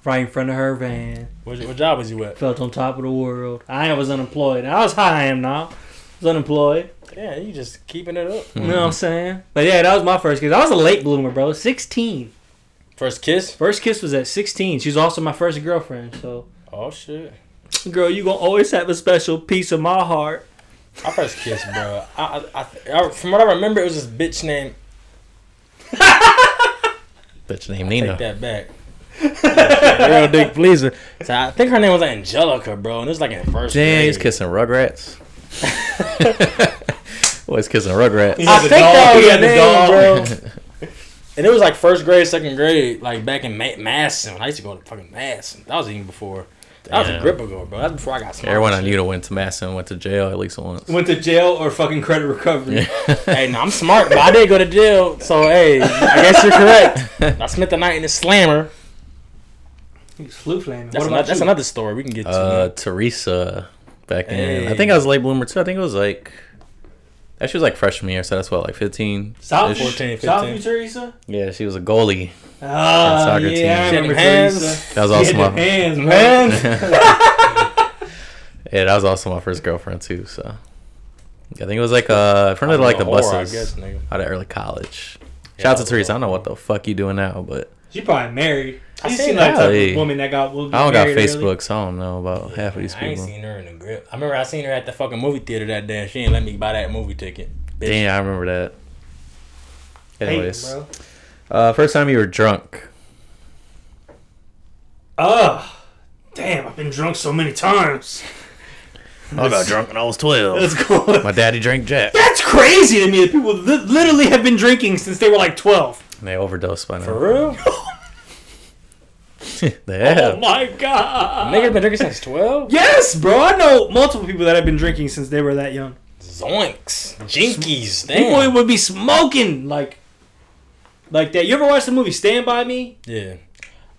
right in front of her van. what, what job was you at? Felt on top of the world. I was unemployed. I was high. I am now. I was unemployed. Yeah, you just keeping it up. You know Mm-hmm. what I'm saying? But yeah, that was my first kiss. I was a late bloomer, bro. 16. First kiss? First kiss was at 16. She was also my first girlfriend. So, Oh shit. girl, you gonna always have a special piece of my heart. My first kiss, bro. I, I, I, I, from what I remember, it was this bitch named. Bitch named Take Nina. that back. Real dick pleaser. So I think her name was Angelica, bro, and it was like in first. Damn, he's grade. kissing Rugrats. Always kissing I Rugrats. He had the think that dog. was He her had the name, bro. And it was like first grade, second grade, like back in Ma- Masson. I used to go to fucking Masson. That was even before. That was a Damn. grip ago, bro. That's before I got smart. Everyone I and knew shit. that went to Mass and went to jail at least once. Went to jail or fucking credit recovery. Hey, no, I'm smart, but I did go to jail. So hey, I guess you're correct. I spent the night in the slammer. He was flu flaming. That's, What another, about that's you? another story we can get to. uh, Teresa back in. I think Hey. I was late bloomer too. I think it was like that. She was like freshman year, so that's what like fifteen. South, ish. 14, Southview 15. Teresa? Yeah, she was a goalie. Ah, soccer yeah, team. I She had remember them hands. Teresa. That was She also had them my hands, bro. yeah. That was also my first girlfriend too. So I think it was like uh, in front of like the I'm a whore, buses I guess, nigga. out of early college. Yeah, Shout I out was to a Teresa. I whore. don't know what the fuck you doing now, but She probably married. I She seen seemed like that. the type Hey. of woman that got. Will I don't got married early. Facebook, so I don't know about half of these I ain't people. seen her in the grip. I remember I seen her at the fucking movie theater that day. and She ain't let me buy that movie ticket. Bitch. Damn, I remember that. Hey, Anyways, bro. uh, first time you were drunk. Ugh. Damn, I've been drunk so many times. I got drunk when I was twelve. Let's go. My daddy drank Jack. That's crazy to me that people li- literally have been drinking since they were like 12. And they overdosed by now. For real? They have. Oh my god. Nigga been drinking since 12? Yes, bro. I know multiple people that have been drinking since they were that young. Zoinks, jinkies, People damn. would be smoking like, like that. You ever watch the movie Stand by Me? Yeah,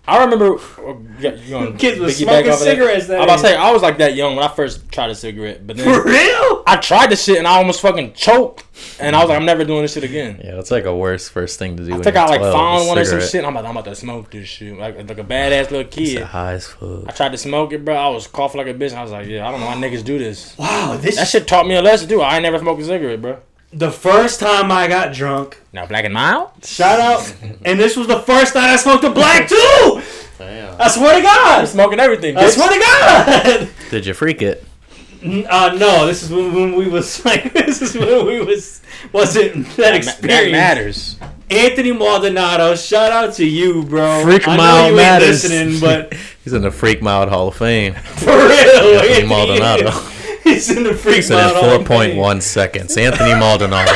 I remember. uh, yeah, you gonna Kids was piggyback smoking off of that? cigarettes that I'm about to age. say I was like that young when I first tried a cigarette, but For then real? I tried the shit and I almost fucking choked, and I was like, I'm never doing this shit again. Yeah, that's like a worse first thing to do. I when think you're I like 12, found a one or some cigarette. shit. and I'm about, I'm about to smoke this shit, like like a badass little It's kid. high as fuck. I tried to smoke it, bro. I was coughing like a bitch. And I was like, yeah, I don't know why niggas do this. Wow, this That shit taught me a lesson too. I ain't never smoked a cigarette, bro. the first time I got drunk. Now black and mild. Shout out, and this was the first night I smoked a black too. I swear to I'm God, smoking everything. I bitch. swear to Did you freak it? God. Uh, no, this is when, when we was like, this is when we was wasn't that That ma- That experience. matters. Anthony Maldonado, shout out to you, bro. Freak I know mile you matters. Ain't listening, but He's in the Freak Mild Hall of Fame. for real, Anthony Maldonado. He's in the freak He said in mile. four point one seconds. Anthony Maldonado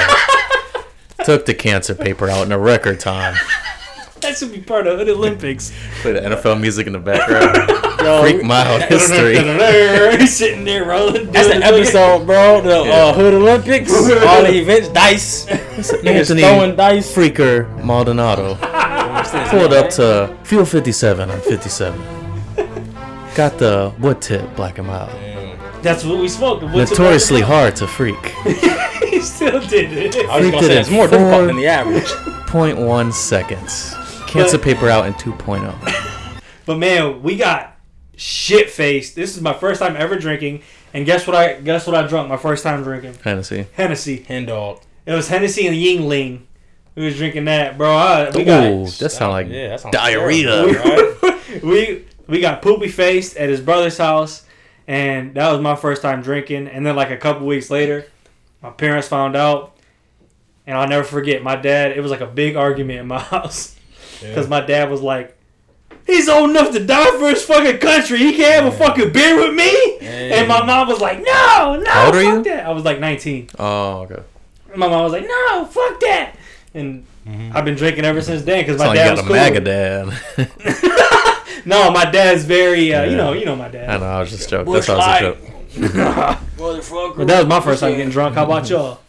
took the cancer paper out in a record time. That should be part of the Olympics. Play the NFL music in the background. Freak Mild history. He's sitting there rolling. That's the doing- episode, bro. The Yeah. uh, Hood Olympics, all the events, dice, niggas Anthony throwing dice. Freaker Maldonado pulled up to fuel fifty seven on fifty seven. Got the wood tip black and mild. That's what we smoked. What's about- Notoriously hard to freak. he still did it. I was gonna Freaked say it it's more at difficult four. than the average. 0.1 seconds. Cancer But- paper out in 2.0. But man, we got shit faced. This is my first time ever drinking, and guess what I guess what I drunk my first time drinking Hennessy. Hennessy. Hen dog. It was Hennessy and Yingling. We was drinking that, bro. I, we got Ooh, that sound like Yeah, that sounds diarrhea. terrible, right? we we got poopy faced at his brother's house, and that was my first time drinking. And then like a couple weeks later, my parents found out, and I'll never forget. My dad. It was like a big argument in my house because my dad was like. He's old enough to die for his fucking country. He can't have a fucking beer with me. And my mom was like, "No, no, How old are fuck you? that." I was like 19. Oh, okay. And my mom was like, "No, fuck that." And I've been drinking ever since then because my Sound like dad Mm-hmm. you was got a cool. MAGA dad. No, my dad's very, uh, you Yeah. know, you know my I dad. know, I was just joking. Bush That's how I was Light. joking. But that was my first time getting drunk. How Mm-hmm. about y'all?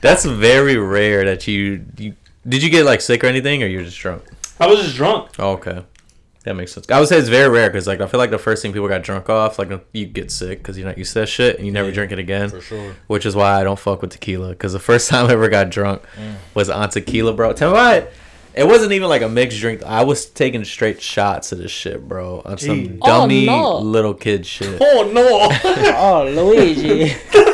That's very rare that you, you. Did you get like sick or anything, or you were just drunk? I was just drunk. Oh, okay. That makes sense. I would say it's very rare because like I feel like the first thing people got drunk off, like you get sick because you're not used to that shit and you never drink it again. For sure. which is why I don't fuck with tequila. Because the first time I ever got drunk Mm. was on tequila, bro. Tell me why. It wasn't even like a mixed drink. I was taking straight shots of this shit, bro. On some Jeez. Oh, dummy no. little kid shit. Oh no! Oh, Luigi.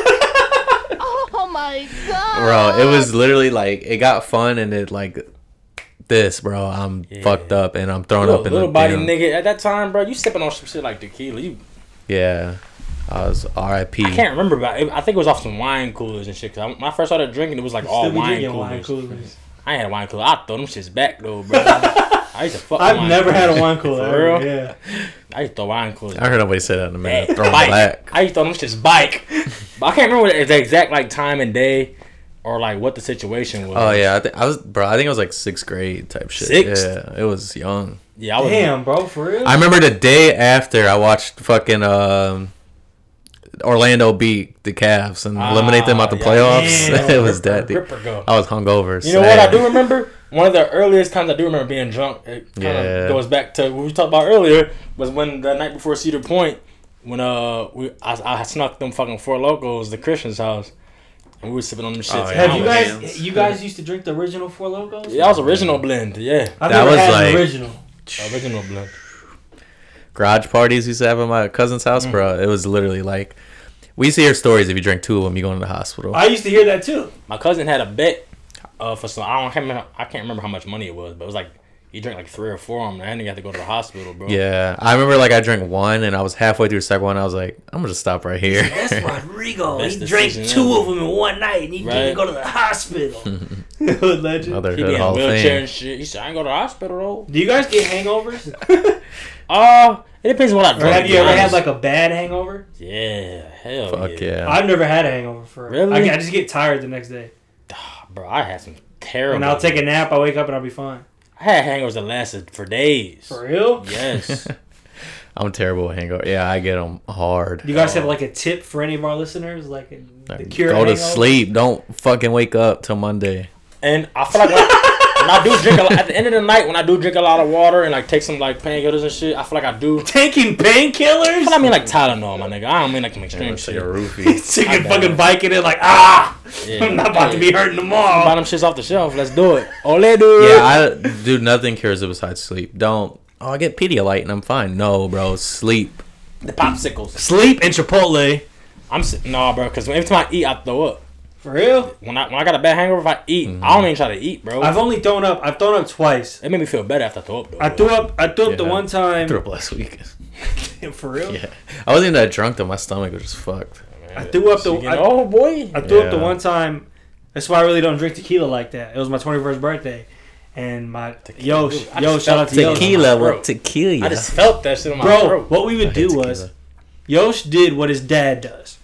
Oh my god. Bro, it was literally like, it got fun and it like this, bro. I'm fucked up and I'm thrown little up in little the body damn- nigga. At that time, bro, you sipping on some shit like tequila. You, Yeah. I was RIP. I can't remember, but it- I think it was off some wine coolers and shit. Cause I, when I first started drinking, it was like all Still be wine drinking coolers. wine coolers. I ain't had a wine cooler. I throw them shits back though, bro. I used to fuck. I've wine never had coolers. a wine cooler. For real? ever, Yeah. I used to throw wine coolers. I heard nobody say that in a minute. Hey, Thrown bike. back. I used to throw them shits bike. But I can't remember the the exact like time and day or like what the situation was. Oh yeah, I, think I was bro. I think it was like sixth grade type shit. Sixth? Yeah, it was young. yeah. I was, Damn, bro, for real. I remember the day after I watched fucking um, Orlando beat the Cavs and eliminate them out the Ah, yeah. playoffs. Damn. it was that dude. Ripper go. I was hungover. You know what I do remember? One of the earliest times I do remember being drunk, it kind of Yeah. goes back to what we talked about earlier, was when the night before Cedar Point, when uh we I, I snuck them fucking four locals, the Christian's house, and we were sipping on them shits. and Oh, yeah. I Have you was- guys? Damn. You guys used to drink the original Four Locos? Yeah, that was original blend. Yeah, I've That never was had like- an original. original blend. Garage parties used to have at my cousin's house, Mm. bro. It was literally like we used to hear stories if you drink two of them, you go into the hospital. I used to hear that too. My cousin had a bet uh, for some. I don't can't remember. I can't remember how much money it was, but it was like he drank like three or four of them, and then he had to go to the hospital, bro. yeah, I remember like I drank one and I was halfway through the second one. I was like, I'm gonna stop right here. Rodrigo. Best He drank decision two ever. of them in one night, and he didn't Right. go to the hospital. Legend. Another He hood be in a hall of wheelchair fame. and shit. He said, "I ain't go to the hospital though." Do you guys get hangovers? Uh, it depends on what I or drink. have to you be ever had honest. like a bad hangover? Yeah, hell Fuck yeah. yeah. I've never had a hangover for real. Really? I, I just get tired the next day, Bro, I had some terrible. and I'll take a nap. I wake up and I'll be fine. I had hangovers that lasted for days. For real? Yes. I'm terrible with hangover. Yeah, I get them hard. You guys have like a tip for any of our listeners, like the cure. Go to hangover? sleep. Don't fucking wake up till Monday. And I feel like when, when I do drink a lot, at the end of the night, when I do drink a lot of water and like take some like painkillers and shit, I feel like I do. Taking But I painkillers. mean like Tylenol, my nigga. I don't mean like some extreme Let's take shit. a roofie. Taking fucking biking it like ah, I'm not about to be hurting tomorrow. Bottom shits off the shelf. Let's do it. Ole, dude. yeah, I do nothing cures it besides sleep. Don't. Oh, I get Pedialyte and I'm fine. No, bro, sleep. the popsicles. Sleep and Chipotle. I'm s- nah, bro. Because every time I eat, I throw up. For real? When I when I got a bad hangover, if I eat, Mm-hmm. I don't even try to eat, bro. I've only thrown up. I've thrown up twice. it made me feel better after I throw up. Though, I bro. threw up. I threw up the Yeah. one I threw time. up last week. For real? Yeah, I wasn't even that drunk though. My stomach was just fucked. I threw up the. You I- know, oh boy. I threw up the Yeah. one time. That's why I really don't drink tequila like that. It was my 21st birthday, and my yo dude. I yo just shout out felt to Yosh. tequila. will tequila? I just felt that shit in my Bro, throat. what we would hate do was tequila. Yosh did what his dad does.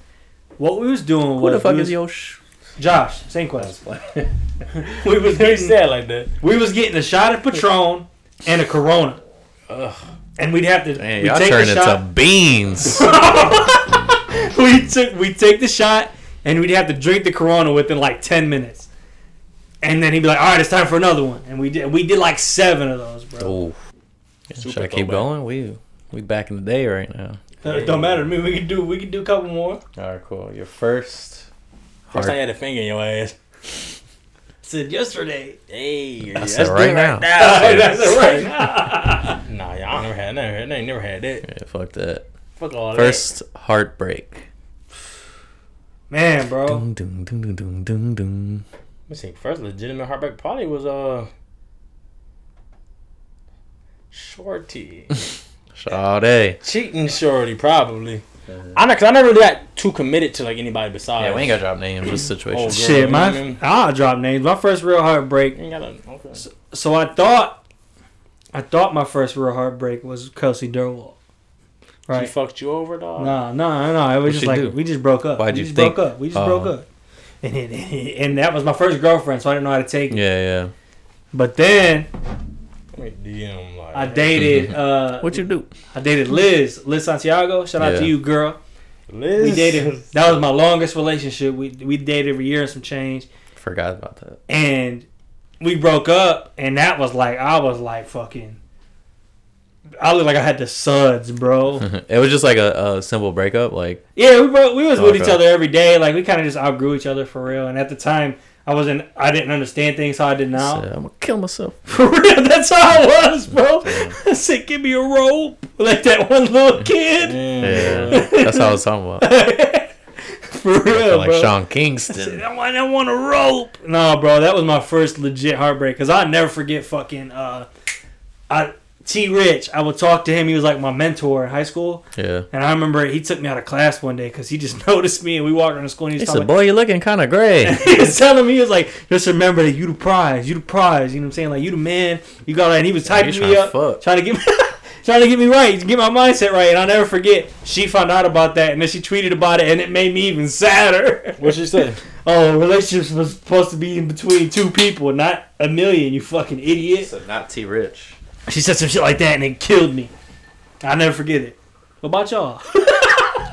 What we was doing Who was the fuck we is was- Yosh? Josh? Same question. we was getting said like that. we was getting a shot at Patron and a Corona, and we'd have to Man, we'd y'all take turn the into shot. beans. we took we take the shot and we'd have to drink the Corona within like ten minutes, and then he'd be like, "All right, it's time for another one." And we did we did like seven of those, bro. Ooh. Should I keep throwback. going? We we back in the day right now. That don't matter to me. We can do we can do a couple more. All right, cool. Your first. First time you had a finger in your ass. said yesterday. Hey, I that's said right now. That's it right now. Nah, yeah, I never had, never had, never, never had that. Yeah, fuck that. Fuck all First heartbreak. Man, bro. Dun, dun, dun, dun, dun, dun, dun. that. Let me see. First legitimate heartbreak probably was uh, shorty Sade. cheating shorty probably. I'm not, cause I never really got too committed to like anybody besides. Uh-huh. Yeah, we ain't gotta drop names. This situation. Oh, girl. Shit, You know what I my mean? I'll drop names. My first real heartbreak. Ain't got a- okay. So I thought, I thought my first real heartbreak was Kelsey Durwall. She Right? fucked you over, dog. No, no, no. It was What'd just she like do? we just broke up. Why'd we you just think- broke up. We just Oh. broke up. And, it, and that was my first girlfriend, so I didn't know how to take it. Yeah, yeah. But then Let me DM like. I dated uh What you do? I dated Liz, Liz Santiago. Shout out to Yeah. you, girl. Liz. we dated. That was my longest relationship. We we dated every year and some change, Forgot about that. and we broke up. And that was like I was like fucking. I looked like I had the suds, bro. It was just like a, a simple breakup. Like yeah, we bro, we was with each Okay. other every day. Like we kind of just outgrew each other for real. And at the time, I wasn't. I didn't understand things how I did now. said, I'm gonna kill myself. For real, that's how I was, bro. I said, "Give me a rope," like that one little kid. Damn, Yeah, that's how I was talking about. For real, Like bro. Sean Kingston. I want, I want a rope. No, bro, that was my first legit heartbreak because I never forget fucking uh, I T Rich. I would talk to him. He was like my mentor in high school, Yeah. and I remember he took me out of class one day because he just noticed me, and we walked around the school, and he He was, said, talking, "Boy, you're looking kind of gray." he was telling me he was like, just remember that you the prize, you the prize. You know what I'm saying? Like you the man. You got it. And he was Yeah, you typing me trying to up, fuck. trying to get me. Trying to get me right, get my mindset right, and I'll never forget. She found out about that, and then she tweeted about it, and it made me even sadder. What she say? Oh, relationships was supposed to be in between two people, not a million, you fucking idiot. said, "Not T. Rich." She said some shit like that and it killed me. I'll never forget it. What about y'all?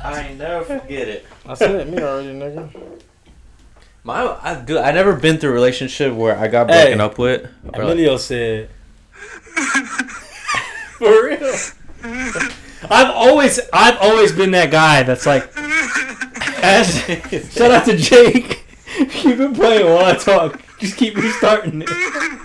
I ain't never forget it. I said me already, nigga. My, I do. I never been through a relationship where I got Hey. broken up with. or like- Emilio said. For real. I've always I've always been that guy that's like as, shout out to Jake. Keep it playing while I talk. Just keep restarting it.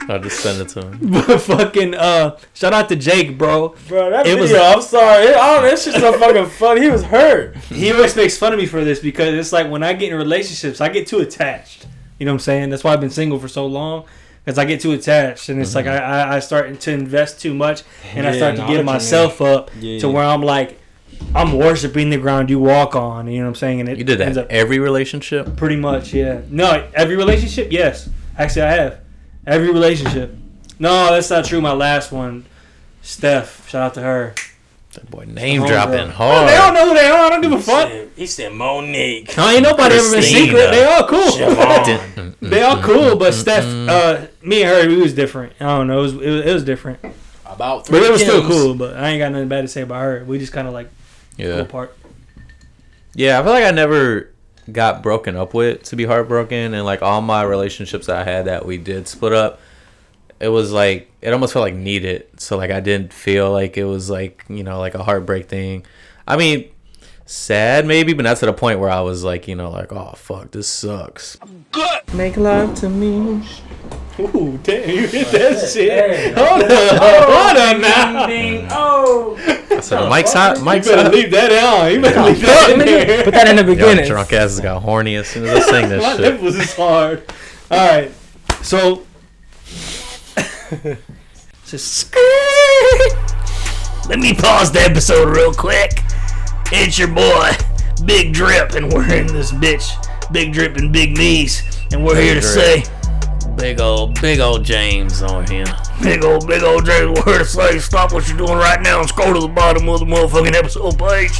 I'll just send it to him. But fucking uh shout out to Jake, bro. Bro, that It video, was- I'm sorry. It, I don't, that shit's so fucking funny. He was hurt. he always makes fun of me for this because it's like when I get in relationships, I get too attached. You know what I'm saying? That's why I've been single for so long because I get too attached, and it's like I, I I start to invest too much, and I Yeah, start to no, I know what you give myself up Yeah, to yeah. where I'm like I'm worshiping the ground you walk on. You know what I'm saying? And it You did that ends in up every relationship. pretty much, yeah. No, every relationship, yes. Actually, I have every relationship. No, that's not true. My last one, Steph. Shout out to her. That boy name Homegirl. dropping They don't hard. know who they are. I don't give a He fuck. said- He said Monique. No, ain't nobody ever been Christina. secret. They all cool. Siobhan. they all cool, but Steph, uh, me and her, we was different. I don't know. It was, it was, it was different. about three But it was still Kims. cool. But I ain't got nothing bad to say about her. We just kind of like go Yeah. apart. Yeah, I feel like I never got broken up with to be heartbroken, and like all my relationships that I had that we did split up, it was like it almost felt like needed. So like I didn't feel like it was like you know like a heartbreak thing. I mean, sad maybe, but not to the point where I was like you know like oh fuck this sucks. Make love to me. Ooh, damn! You hit that shit. Hold on, hold on now. So Mike's hot. You Mike's better hot. leave that out. You better leave that in there. Put that in the Yo, beginning. drunk asses got horny as soon as I sang My this shit. nipples is hard. All right, so just Let me pause the episode real quick. It's your boy, Big Drip, and we're in this bitch, Big Drip and Big Knees, and we're here to say, Drip. Big old, big old James on him. Big old, big old Drip, we're here to say, stop what you're doing right now and scroll to the bottom of the motherfucking episode page.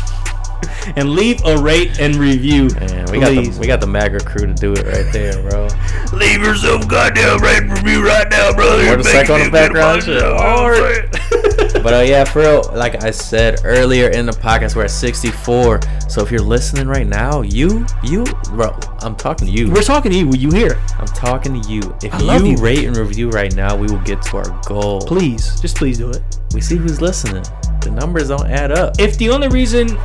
and leave a rate and review. Man, we got Please. the we got the MAGA crew to do it right there, bro. Leave yourself a goddamn rate and review right now, brother. Or the psycho in the background, shit. But uh, yeah, for real, like I said earlier in the podcast, we're at 64. So if you're listening right now, you, you, bro, I'm talking to you. We're talking to you. Will you hear? I'm talking to you. If love you. you, rate and review right now, we will get to our goal. Please, just please do it. We see who's listening. The numbers don't add up. If the only reason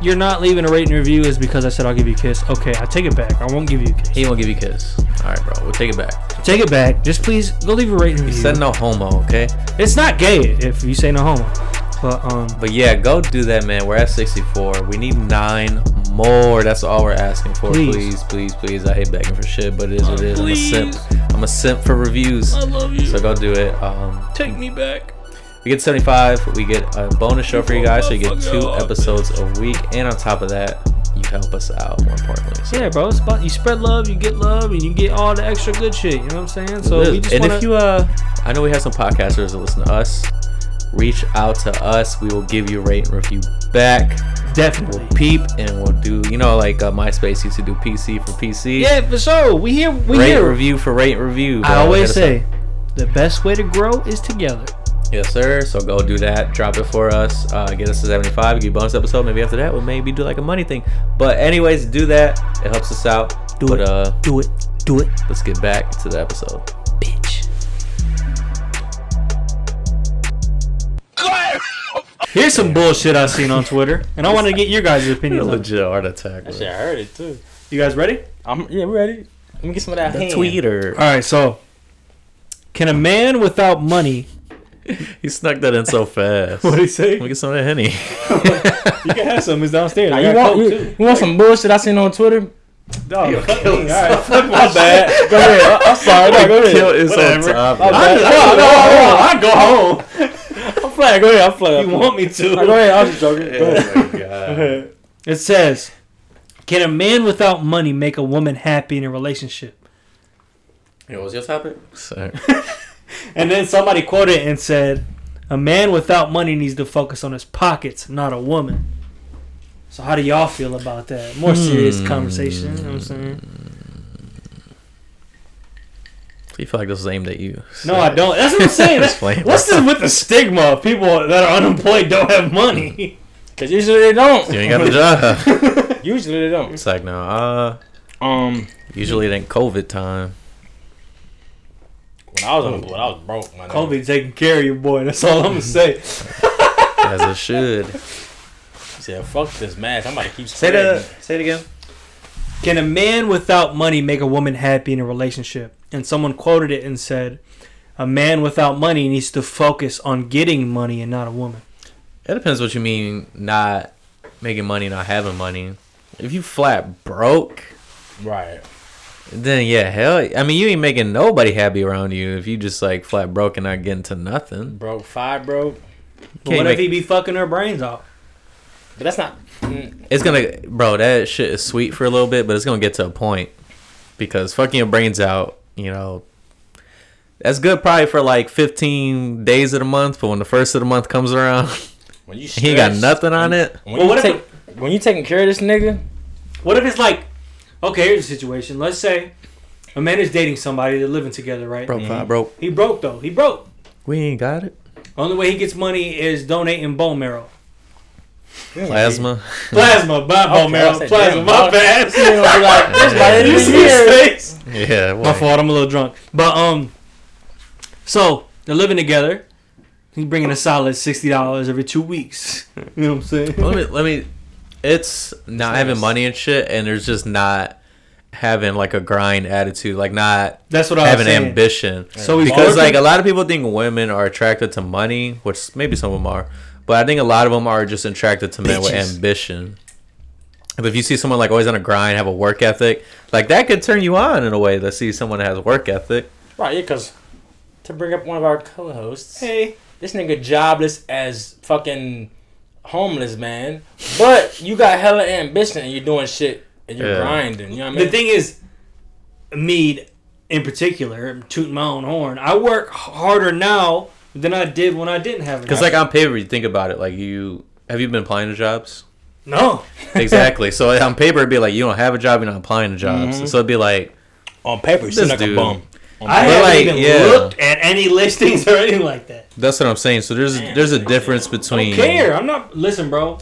you're not leaving a rate and review is because I said I'll give you a kiss, okay, I take it back. I won't give you a kiss. He won't give you a kiss. All right, bro, we'll take it back. Take it back. Just please go leave a rate and review. Said no homo, okay? It's not gay if you say no homo. But um, But yeah, go do that, man. We're at 64. We need nine more. That's all we're asking for. Please. Please, please, please. I hate begging for shit, but it is what it is. I'm a simp. I'm a simp for reviews. I love you. So go do it. Um, Take me back. We get 75. We get a bonus show for you guys, so you get two episodes a week. And on top of that, you help us out, more importantly. So yeah, bro, it's about you spread love, you get love, and you get all the extra good shit. You know what I'm saying? So it we is. just and wanna, if you, uh, I know we have some podcasters that listen to us. Reach out to us. We will give you a rate and review back. definitely. we'll peep and we'll do you know like uh, MySpace used to do PC for PC. Yeah, for sure. We here. We Rate here. review for rate review. I bro. Hit always us say up. the best way to grow is together. yes, sir. So go do that. Drop it for us. Uh, get us to seventy five. Get you a bonus episode. Maybe after that, we'll maybe do like a money thing. But anyways, do that. It helps us out. Do but, it. Uh, Do it. Do it, let's get back to the episode. bitch. Here's some bullshit I seen on Twitter, and I want to get your guys' opinions. on it. legit heart attack. Bro. Shit, I heard it too. You guys ready? I'm yeah, we ready. Let me get some of that. hand. Tweeter. All right. So, can a man without money? He snuck that in so fast. What do you say? Let me get some of that henny. You can have some. It's downstairs. Now, I you got want Coke, you, you want some bullshit I seen on Twitter? too. Dog, fuck me. All right, fuck my bad. Go ahead. I- I'm sorry. No, go ahead. Kill is on Whatever. top. I, I, I, go home. I'm playing. Go ahead. I'm playing. You want me to? Go ahead. I was just joking. Go ahead. Oh my god. It says, "Can a man without money make a woman happy in a relationship?" What was your topic? Sorry. And then somebody quoted it and said, "A man without money needs to focus on his pockets, not a woman." So how do y'all feel about that? More Hmm. serious conversation. You know what I'm saying? You feel like this was aimed at you. No, I don't. That's what I'm saying. That's- Explain. What's this with the stigma of people that are unemployed don't have money? Cause usually they don't. You ain't got the job. Usually they don't. it's like no. Uh, Um, usually it ain't COVID time. when I was on the board, I was broke. My nigga. Kobe taking care of your boy. That's all I'm gonna say. As it should. Yeah, fuck this match. I'm about to keep say spreading. that. Say it again. Can a man without money make a woman happy in a relationship? And someone quoted it and said, A man without money needs to focus on getting money and not a woman. It depends what you mean. Not making money, not having money. If you flat broke, Right. then yeah, hell. I mean, you ain't making nobody happy around you if you just like flat broke and not getting to nothing. Broke five, bro. But what Can't if he be fucking her brains out? But that's not. It's gonna, bro. That shit is sweet for a little bit, but it's gonna get to a point because fucking your brains out. You know, that's good probably for like 15 days of the month. But when the first of the month comes around, When you he ain't got stressed, nothing on it. When Well, you what if take, when you taking care of this nigga, What if it's like, okay, here's the situation. Let's say a man is dating somebody, they're living together, right? Bro, bro, He broke, though. He broke. we ain't got it. Only way he gets money is donating bone marrow. Plasma. Plasma, my bone Hmm. I marrow. said, Plasma, damn, my bro. bad. You know, be like, this my end of you the see year. his face? yeah. My Well, fault. I'm a little drunk. But um, so they're living together. He's bringing a solid sixty dollars every two weeks. You know what I'm saying? let me. Let me. It's not having money and shit, and there's just not having like a grind attitude, like not That's what I was having saying. ambition. So he's because working- like a lot of people think women are attracted to money, which maybe some of them are, but I think a lot of them are just attracted to men with Bitches. ambition. But if you see someone like always on a grind, have a work ethic, like that could turn you on in a way to see someone that has work ethic. Right, yeah, because to bring up one of our co-hosts, Hey, this nigga jobless as fucking homeless man, but you got hella ambition and you're doing shit and you're Yeah. grinding. You know what I mean? the thing is, Mead in particular, I'm tooting my own horn. I work harder now than I did when I didn't have it. Because like on paper, you think about it, like you have you been applying to jobs? no, exactly. So on paper, it'd be like you don't have a job, you're not applying to jobs. Mm-hmm. So it'd be like, on paper, you This seem like dude. a bum. I But, haven't like, even yeah. looked at any listings or anything like that. that's what I'm saying. So there's there's a difference I between. don't care. I'm not. Listen, bro. I'm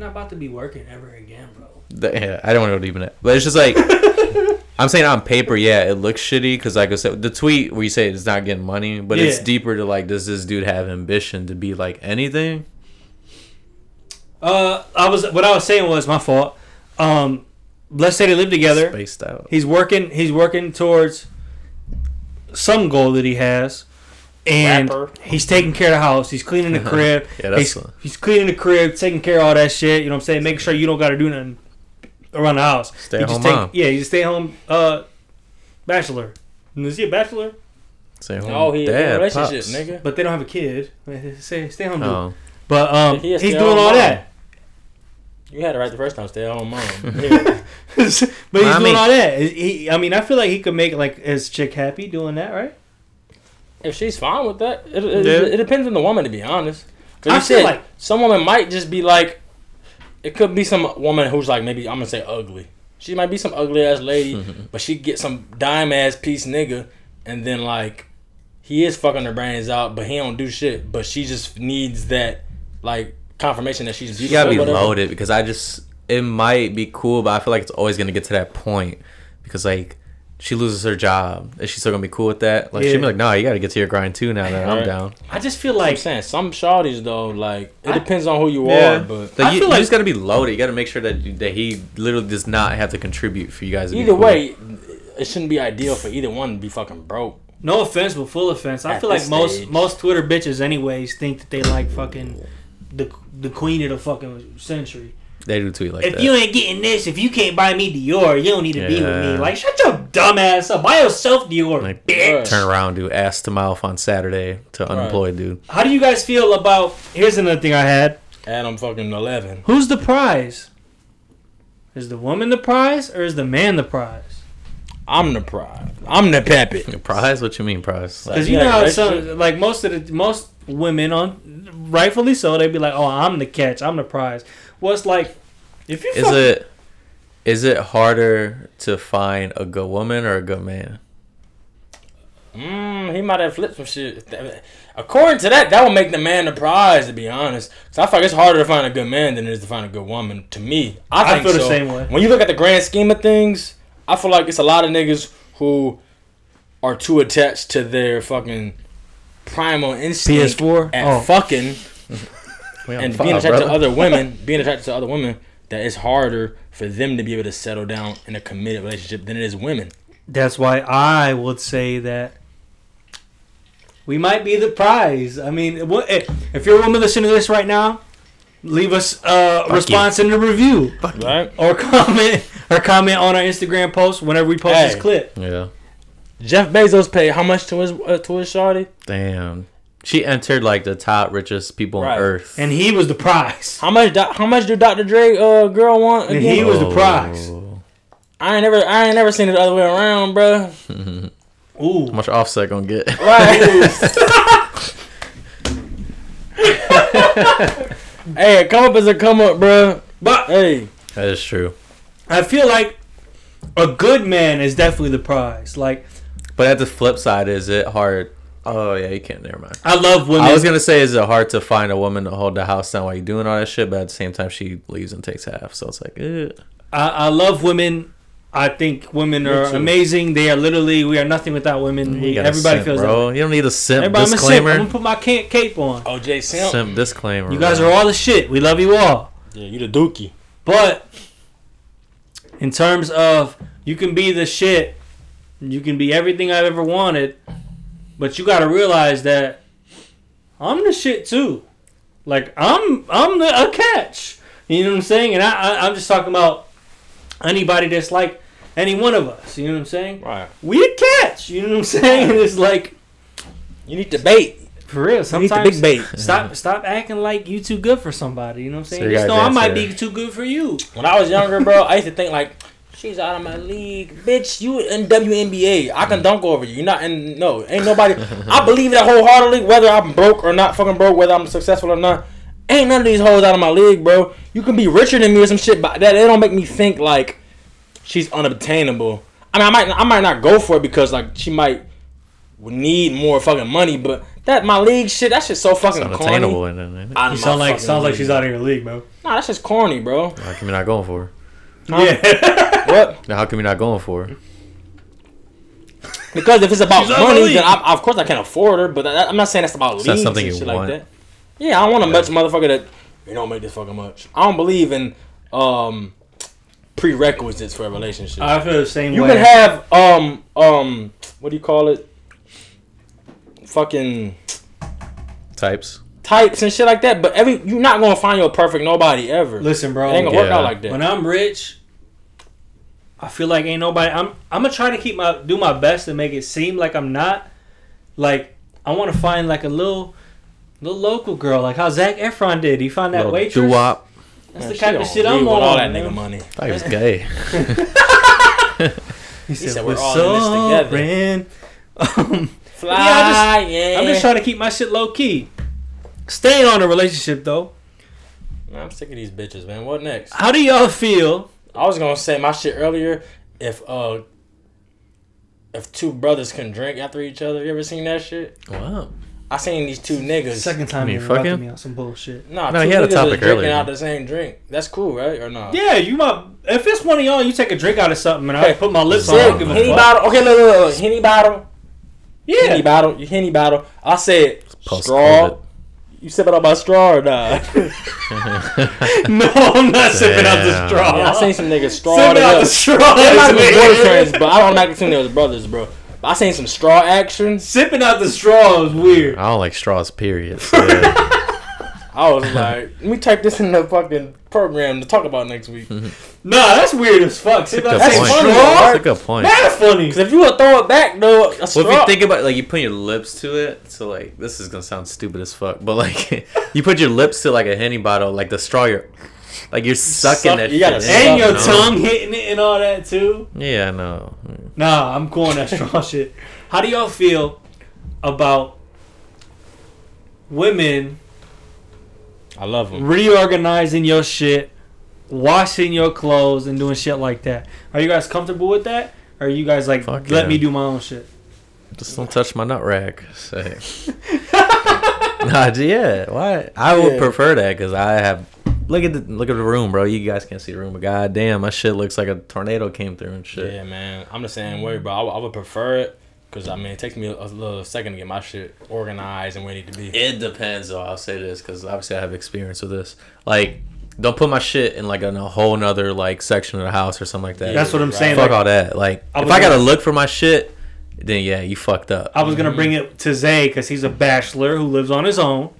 not about to be working ever again, bro. The, yeah, I don't know what even it, but it's just like I'm saying on paper, yeah, it looks shitty because like I said, the tweet where you say it's not getting money, but it's Yeah. deeper to like, does this dude have ambition to be like anything? Uh, I was what I was saying was my fault. Um, let's say they live together. Spaced out. He's working. He's working towards some goal that he has, and Rapper. he's taking care of the house. He's cleaning the crib. Yeah, that's he's, a- he's cleaning the crib, taking care of all that shit. You know what I'm saying? Making sure you don't got to do nothing around the house. Stay He at just home mom. Yeah, he's a stay at home uh, bachelor. Is he a bachelor? Say, Oh, oh, he in a dad, relationship, pops. nigga. But they don't have a kid. Say stay home dude. Oh, But um, He a he's stay-at-home doing all mom. that. You had it right the first time. Stay at home, mom. Yeah. but he's Mommy. doing all that. He, I mean, I feel like he could make like his chick happy doing that, right? if she's fine with that, it, it, Yeah. it depends on the woman. To be honest, 'Cause I you feel said like- some woman might just be like, it could be some woman who's like maybe I'm gonna say ugly. She might be some ugly ass lady, but she get some dime ass piece nigga, and then like he is fucking her brains out, but he don't do shit. But she just needs that like confirmation that she's beautiful. you gotta be uh, whatever. loaded because I just it might be cool, but I feel like it's always gonna get to that point because like. She loses her job. Is she still gonna be cool with that? Like she'd be Yeah. like, "Nah, you gotta get to your grind too." Now that I'm Right. down, I just feel I'm like saying some shawties though, like it depends on who you are, but Like, I you, feel you like- just gotta be loaded. You gotta make sure that you, that he literally does not have to contribute for you guys. To be either cool. way, it shouldn't be ideal for either one to be fucking broke. no offense, but full offense. I At feel like this most stage. most Twitter bitches, anyways, think that they like fucking the the queen of the fucking century. they do tweet like If that. you ain't getting this, if you can't buy me Dior, you don't need to be with me. Yeah. Like, shut your dumb ass up. Buy yourself Dior, Like- bitch. Right. Turn around, do ass to mouth on Saturday to unemployed dude. How do you guys feel about? Here's another thing I had. Adam fucking eleven. Who's the prize? Is the woman the prize or is the man the prize? I'm the pride. I'm the peppet. Prize? What you mean prize? Like, Because you Yeah, know how that's some like most of the most women on rightfully so they'd be like, oh, I'm the catch, I'm the prize. Well, it's like if you is fuck- it is it harder to find a good woman or a good man? Mm, he might have flipped some shit. According to that, that would make the man the prize. To be honest, so I feel like it's harder to find a good man than it is to find a good woman. To me, I, I think feel the so. same way. When you look at the grand scheme of things, I feel like it's a lot of niggas who are too attached to their fucking primal instinct PS4? at Oh. fucking and being file, attracted to brother. other women, being attracted to other women, that it's harder for them to be able to settle down in a committed relationship than it is women. that's why I would say that we might be the prize. I mean, what, eh, if you're a woman listening to this right now, leave us a response in the review Right? or comment or comment on our Instagram post whenever we post Hey. this clip. Yeah. Jeff Bezos paid how much to his uh, to his shawty? Damn. She entered like the top richest people Right. on earth. And he was the prize. How much? Do, how much do Dr. Dre uh girl want? And Again? he was the prize. How I ain't never I ain't never seen it the other way around, bro. Ooh. much offset gonna get? Right. hey, a come up is a come up, bro. But Hey, that is true. I feel like a good man is definitely the prize. Like But at the flip side, is it hard Oh yeah, you can't. Never mind. I love women. I was gonna say, is it hard to find a woman to hold the house down while you're doing all that shit? But at the same time, she leaves and takes half. So it's like, eh. I, I love women. I think women are too. amazing. They are literally we are nothing without women. We, you gotta everybody simp, feels that. bro. way. You don't need a simp Everybody, I'm a simp. disclaimer. I'm gonna put my can't cape on. OJ Simp. simp. disclaimer. You guys bro. are all the shit. We love you all. Yeah, you the dookie. But in terms of you can be the shit, you can be everything I've ever wanted, but you got to realize that I'm the shit too. Like I'm I'm the, a catch. You know what I'm saying? And I, I I'm just talking about anybody that's like any one of us. You know what I'm saying? Right. We a catch. You know what I'm saying? And it's like You need to bait. for real. You need the Sometimes big bait. stop stop acting like you too good for somebody. You know what I'm saying? you Just guys know I might answer- be too good for you. When I was younger, bro, I used to think like, she's out of my league, bitch. You in WNBA? I can dunk over you. You're not in. No, ain't nobody. I believe that wholeheartedly, whether I'm broke or not, fucking broke, whether I'm successful or not. Ain't none of these hoes out of my league, bro. You can be richer than me or some shit, but that they don't make me think like she's unobtainable. I mean, I might I might not go for it because like she might need more fucking money, but that my league shit, that shit's so fucking It's corny. unattainable. In it, ain't it? Out of You my sound like fucking sounds like league. she's out of your league, bro. Nah, that's just corny, bro. How come you're not going for? her? Yeah. What? Now, how come you're not going for? her? Because if it's about She's out of the money, league. then I, of course I can afford her. But I, I'm not saying that's about leagues not something and you shit want. like that. Yeah, I don't want a much motherfucker that you don't make this fucking much. I don't believe in um prerequisites for a relationship. I feel the same you way. can have um um what do you call it? Fucking Types. types and shit like that. But every you're not gonna find your perfect nobody ever. Listen, it bro. ain't gonna work Yeah. out like that. When I'm rich, I feel like ain't nobody. I'm I'm gonna try to keep my do my best to make it seem like I'm not. Like I want to find like a little little local girl, like how Zach Efron did. He found that Little waitress. doo-wop. That's Man, the she type of don't shit leave I'm with on. All that man. nigga money. I thought he was gay. He said, "We're all in this in this together. Fly, I yeah. I'm just trying to keep my shit low key. Staying on a relationship though. Man, I'm sick of these bitches, man. What next? How do y'all feel? I was gonna say my shit earlier. If uh, if two brothers can drink after each other, you ever seen that shit? Wow. I seen these two niggas. Second time You you interrupted fucking? me on some bullshit. Nah, No, two he had a niggas was topic drinking earlier. out the same drink. That's cool, right? Or not? Yeah, you might. If it's one of y'all, you take a drink out of something, and I Hey, put my lips on. it, I Sick. don't give a Henny fuck. bottle. Okay, look, look, look. Henny bottle. Henny Yeah, bottle. You Henny bottle. I said Post straw. COVID. You sip it out by straw or nah? no, I'm not sipping out the Damn. straw. I seen some niggas straw. sipping it out up. the straw. They might have is been weird. boyfriends, but I don't imagine they was brothers, bro. But I seen some straw actions. Sipping out the straw is weird. I don't like straws. Period. So, yeah. I was like, let me type this in the fucking program to talk about next week. Because Nah, that's weird as fuck. Sipping out the Good That's same point. funny, straw. That's a good point. That's funny. if you would throw it back, though, a straw, Well, if you think about like you put your lips to it, so like this is gonna sound stupid as fuck, but like you put your lips to like a henny bottle, like the straw, you're like you're sucking suck- that. you gotta shit And suck, in, your know? tongue hitting it and all that too. Yeah, I know. Nah, I'm calling that straw shit. How do y'all feel about women I love them. reorganizing your shit, washing your clothes, and doing shit like that. Are you guys comfortable with that? Or are you guys like, Fuck let yeah. me do my own shit? Just don't touch my nut rack. Say. nah, d- yeah. Why? I would Yeah. prefer that because I have. Look at the look at the room, bro. You guys can't see the room, but goddamn, my shit looks like a tornado came through and shit. Yeah, man. I'm the same way, bro. I, would- I would prefer it. Because, I mean, it takes me a, a little second to get my shit organized and where it need to be. It depends, though. I'll say this because obviously I have experience with this. Like, don't put my shit in like in a whole nother like section of the house or something like that. That's what I'm right. saying. Fuck like, all that. Like, I if was I gotta gonna- look for my shit, then yeah, you fucked up. I was Mm-hmm. gonna bring it to Zay because he's a bachelor who lives on his own.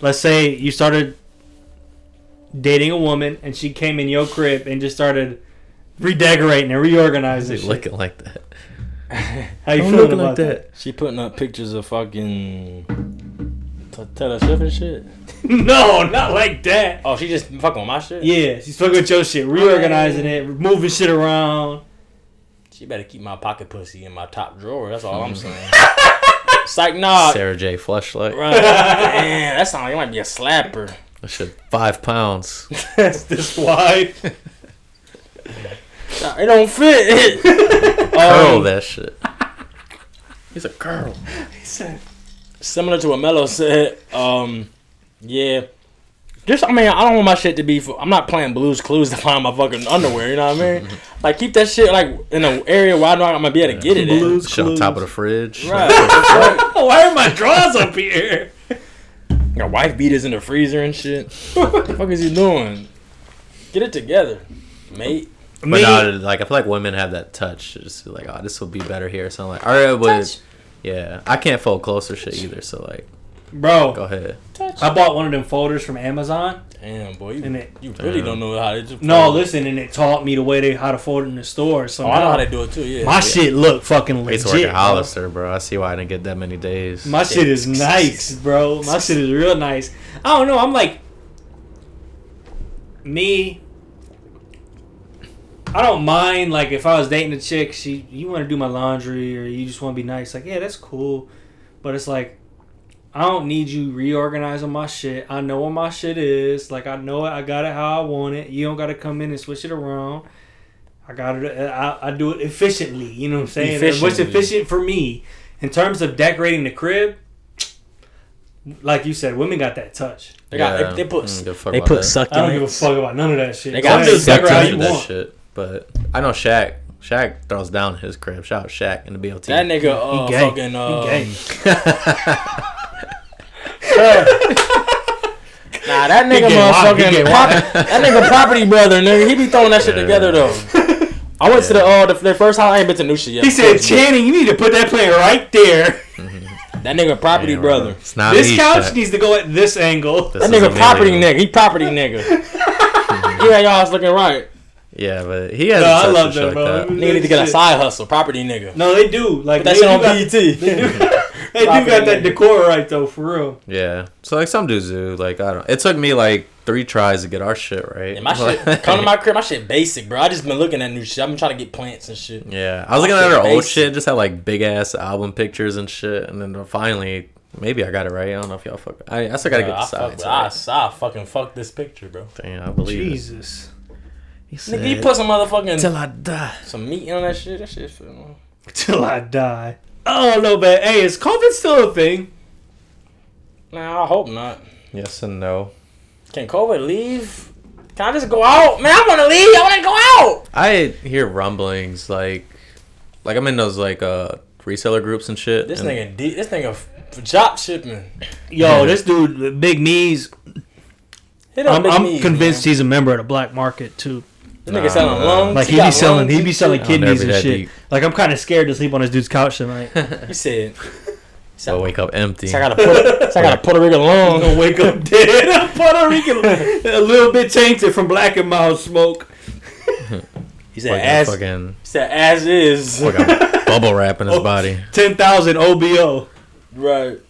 Let's say you started dating a woman and she came in your crib and just started redecorating and reorganizing. Dude, Shit. looking like that. How you I'm feeling looking about like that? that. She putting up pictures of fucking. T- Taylor Swift and shit. no, not like that. Oh, she just fucking with my shit? Yeah, she's fucking with your shit, reorganizing it, moving shit around. She better keep my pocket pussy in my top drawer. That's all I'm saying. It's like, Uh, nah. Sarah J. Fleshlight. Right. Man, that sounds like it might be a slapper. That shit five pounds. That's this wide. Nah, It don't fit. Curl Um, that shit. He's a girl. He said, similar to what Melo said, um, yeah. Just I mean, I don't want my shit to be. For, I'm not playing Blues Clues to find my fucking underwear. You know what I mean? like keep that shit like in an area where I know I'm gonna be able to get it. in. Blues Shit on Clues. top of the fridge. Right. Why are my drawers up here? Your wife beaters in the freezer and shit. what the fuck is you doing? Get it together, mate. But no, like I feel like women have that touch. It's Just like, oh, this will be better here. So I'm like, all right, but Touch. yeah, I can't fold closer shit either. So like, go Bro, ahead. I bought one of them folders from Amazon. Damn, boy, And you, it- you really Damn. don't know how to. Just No, listen, and it taught me the way they how to fold it in the store. So Oh, I know now how to do it too. Yeah. my shit look fucking I legit. used to work at bro. Hollister, bro. I see why I didn't get that many days. My shit is nice, bro. My shit is real nice. I don't know. I'm like, me. I don't mind like if I was dating a chick, she you want to do my laundry or you just want to be nice. Like yeah, that's cool, but it's like I don't need you reorganizing my shit. I know what my shit is. Like I know it. I got it how I want it. You don't got to come in and switch it around. I got it. uh, I, I do it efficiently. You know what I'm saying? What's Efficiently. efficient for me in terms of decorating the crib? Like you said, women got that touch. They got Yeah. they, they put Mm, give a fuck they about put that. succulents. I don't give a fuck about none of that shit. They got I'm just suck decorate how tons you of that want. shit. But I know Shaq. Shaq throws down his crib. Shout out Shaq in the BLT. That nigga, uh, He gay. fucking, He uh, gay. nah, that nigga, gay wild. He motherfucking, gay prop- that nigga property brother, nigga, he be throwing that shit Yeah. together though. I went to the uh, the, the first house. I ain't been to new shit yet. He of said, course, but Channing, you need to put that plant right there. that nigga property Damn, bro. brother. It's not This me, couch Shaq. needs to go at this angle. This That is nigga property illegal. nigga. He property nigga. he had y'all house looking right. Yeah, but he has No, a I touch love and shit that, like bro. that. Nigga need to get a Shit. side hustle. Property nigga. No, they do. Like Put that they shit do on E got- BET. They do got that decor right though, for real. Yeah. So like some dudes do. Like I don't. It took me like three tries to get our shit right. And my shit, come to my crib. My shit basic, bro. I just been looking at new shit. I've been trying to get plants and shit. Yeah, I was looking at shit her old basic. shit. Just had like big ass album pictures and shit, and then finally, maybe I got it right. I don't know if y'all fuck. I, I still gotta Bro, get I, the fuck, sides. with- I, right. I fucking fucked this picture, bro. Damn, I believe it. Jesus. He said, Nigga, you put some motherfucking till I die. some meat on that shit. That shit. feel- Till I die. I don't know, man. Hey, is COVID still a thing? Nah, I hope not. Yes and no. Can COVID leave? Can I just go out? Man, I want to leave. I want to go out. I hear rumblings like, like I'm in those like uh reseller groups and shit. This and nigga, D, this nigga, f- drop shipping. Yo, this dude, Big Me's. Hit up I'm, Big I'm Me's, convinced man. he's a member of the black market too. this nigga selling Nah. lungs. Like he got be selling, lungs he and be shit. selling I'll never kidneys be and that shit. deep. Like I'm kind of scared to sleep on this dude's couch tonight. He said, I wake up empty. so I got a Puerto, so I got a Puerto Rican Oh. I'm lung. gonna wake up dead. I'm Puerto Rican, a little bit tainted from black and mild smoke. He said, Fucking- as, he fucking, said, as is. fucking bubble wrap in his body. Ten thousand OBO. Right.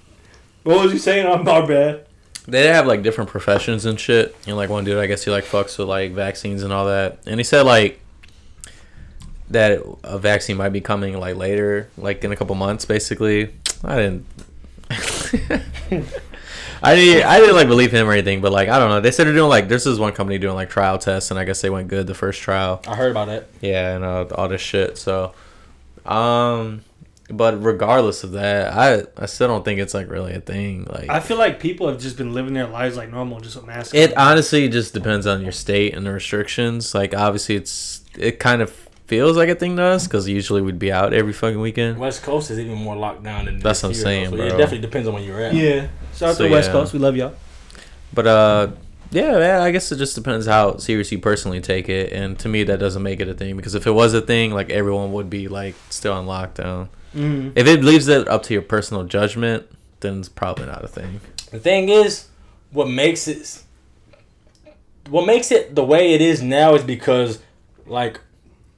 What was you saying? I'm my bad. they have like different professions and shit. And like one dude, I guess he like fucks with like vaccines and all that. And he said like that a vaccine might be coming like later, like in a couple months, basically. I didn't. I didn't, I didn't like believe him or anything, but like I don't know. They said they're doing like this is one company doing like trial tests, and I guess they went good the first trial. I heard about that. Yeah, and uh, all this shit. So, um, but regardless of that, I I still don't think it's like really a thing. Like I feel like people have just been living their lives like normal, just with masks. It uh, honestly just depends on your state and the restrictions. Like obviously, it's it kind of feels like a thing to us because usually we'd be out every fucking weekend. West Coast is even more locked down than this That's what I'm here, saying, so bro. It definitely depends on where you're at. yeah. Shout out So, to West yeah. Coast. We love y'all. But uh, yeah, man, I guess it just depends how serious you personally take it. And to me, that doesn't make it a thing because if it was a thing, like everyone would be like still on lockdown. Mm-hmm. Mm. If it leaves it up to your personal judgment, then it's probably not a thing. The thing is, what makes it what makes it the way it is now is because like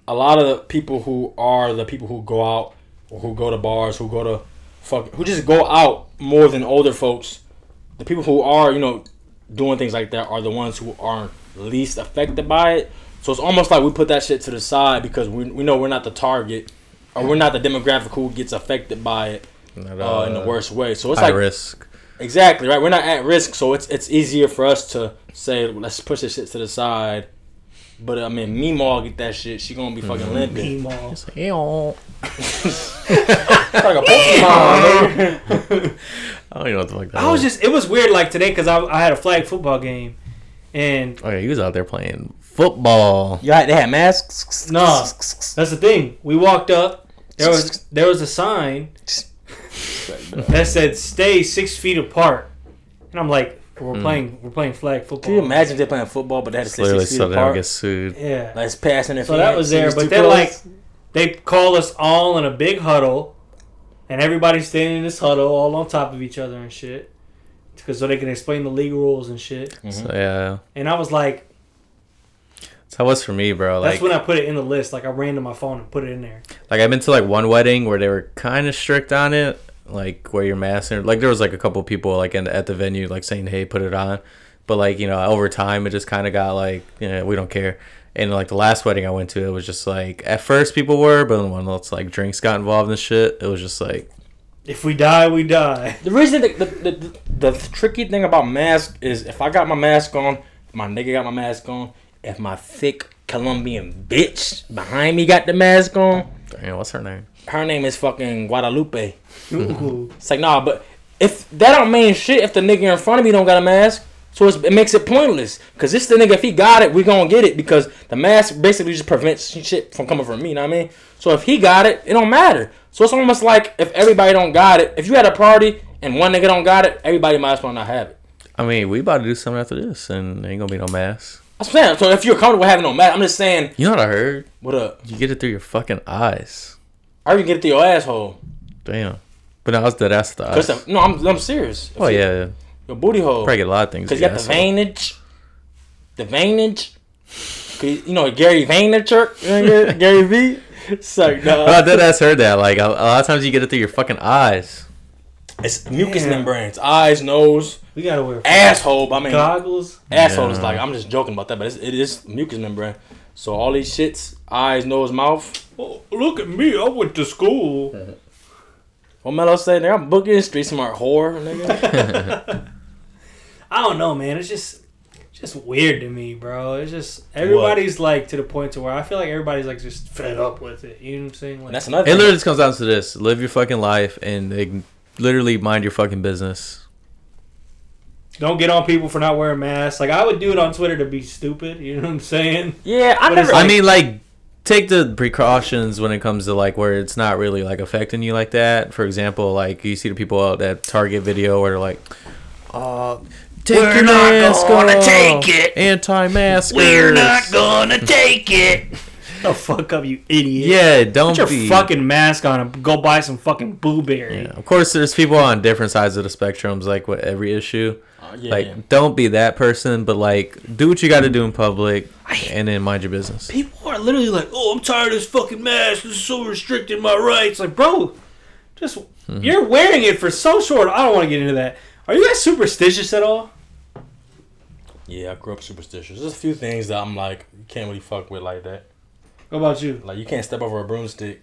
a lot of the people who are the people who go out or who go to bars, who go to fuck who just go out more than older folks, the people who are, you know, doing things like that are the ones who are least affected by it. So it's almost like we put that shit to the side because we, we know we're not the target or we're not the demographic who gets affected by it Not, uh, in the uh, worst way. So it's high like risk. Exactly right. We're not at risk, so it's it's easier for us to say let's push this shit to the side But I mean, Meemaw get that shit. She gonna be fucking limping. Meemaw. like a Pokemon. nigga. I don't even know what the fuck that I was just it was weird like today because I, I had a flag football game, and Oh yeah, he was out there playing football. You had they had masks. No. that's the thing. We walked up. There was there was a sign that said "Stay six feet apart," and I'm like, "We're playing we're playing flag Can you football." imagine if they're playing football, but they had to sit Literally, six feet so they don't apart? get sued. Yeah. Like it's passing So that was there, but then like they call us all in a big huddle, and everybody's standing in this huddle, all on top of each other and shit, because so they can explain the league rules and shit. So yeah, And I was like, that's how it was for me, bro. that's Like, when I put it in the list. Like I ran to my phone and put it in there. like I've been to like one wedding where they were kind of strict on it, like wear your mask. And, like there was like a couple people like in, at the venue like saying, "Hey, put it on," but like you know over time it just kind of got like you know we don't care. And like the last wedding I went to, it was just like at first people were, but then when it's like drinks got involved and shit, it was just like If we die, we die. the reason the, the, the, the tricky thing about masks is if I got my mask on, if my nigga got my mask on, if my thick Colombian bitch behind me got the mask on, damn, what's her name? her name is fucking Guadalupe. Ooh. It's like nah, but if that don't mean shit, if the nigga in front of me don't got a mask, so it's, it makes it pointless. Cause it's the nigga. If he got it, we gonna get it because the mask basically just prevents shit from coming from me. You know what I mean? So if he got it, it don't matter. So it's almost like if everybody don't got it, if you had a party and one nigga don't got it, everybody might as well not have it. I mean, we about to do something after this, and ain't gonna be no mask. I'm saying. So if you're comfortable having no mask, I'm just saying. You know what I heard? What up? You get it through your fucking eyes. I can get it through your asshole. Damn. But now it's dead ass the eyes. Cause the- no, I'm I'm serious. oh yeah, Your booty hole. probably get a lot of things. Cause you through got the your asshole. veinage, the veinage. 'Cause, You know Gary Vaynerchuk, you know, Gary V. So But I no, dead ass heard that. Like a, a lot of times you get it through your fucking eyes. it's mucous Damn. membranes, eyes, nose, We gotta wear asshole. I mean, goggles. asshole is Yeah. like I'm just joking about that, but it's, it is mucous membrane. So all these shits, eyes, nose, mouth. Oh, look at me! I went to school. What Melo say? Nigga, I'm booking street smart whore, nigga. I don't know, man. It's just just weird to me, bro. It's just everybody's like to the point to where I feel like everybody's like just fed up with it. You know what I'm saying? Like, That's another. It Thing. literally just comes down to this: live your fucking life and ig- literally mind your fucking business. don't get on people for not wearing masks. Like I would do it on Twitter to be stupid. You know what I'm saying? yeah, I What never. is- I mean, like take the precautions when it comes to like where it's not really like affecting you like that. For example, like you see the people out that Target video where they're like, "Uh, take We're your not mask gonna off. take it. Anti-mask. We're not gonna take it. the fuck up, you idiot! Yeah, don't Put your be. fucking mask on and go buy some fucking blueberry. Yeah, Of course, there's people on different sides of the spectrums, like with every issue. yeah, like, yeah. don't be that person, but like, do what you got to do in public, and then mind your business. People are literally like, "Oh, I'm tired of this fucking mask. This is so restricting my rights." Like, bro, just Hmm. you're wearing it for so short. I don't want to get into that. Are you guys superstitious at all? yeah, I grew up superstitious. There's a few things that I'm like you can't really fuck with like that. What about you? Like you can't step over a broomstick.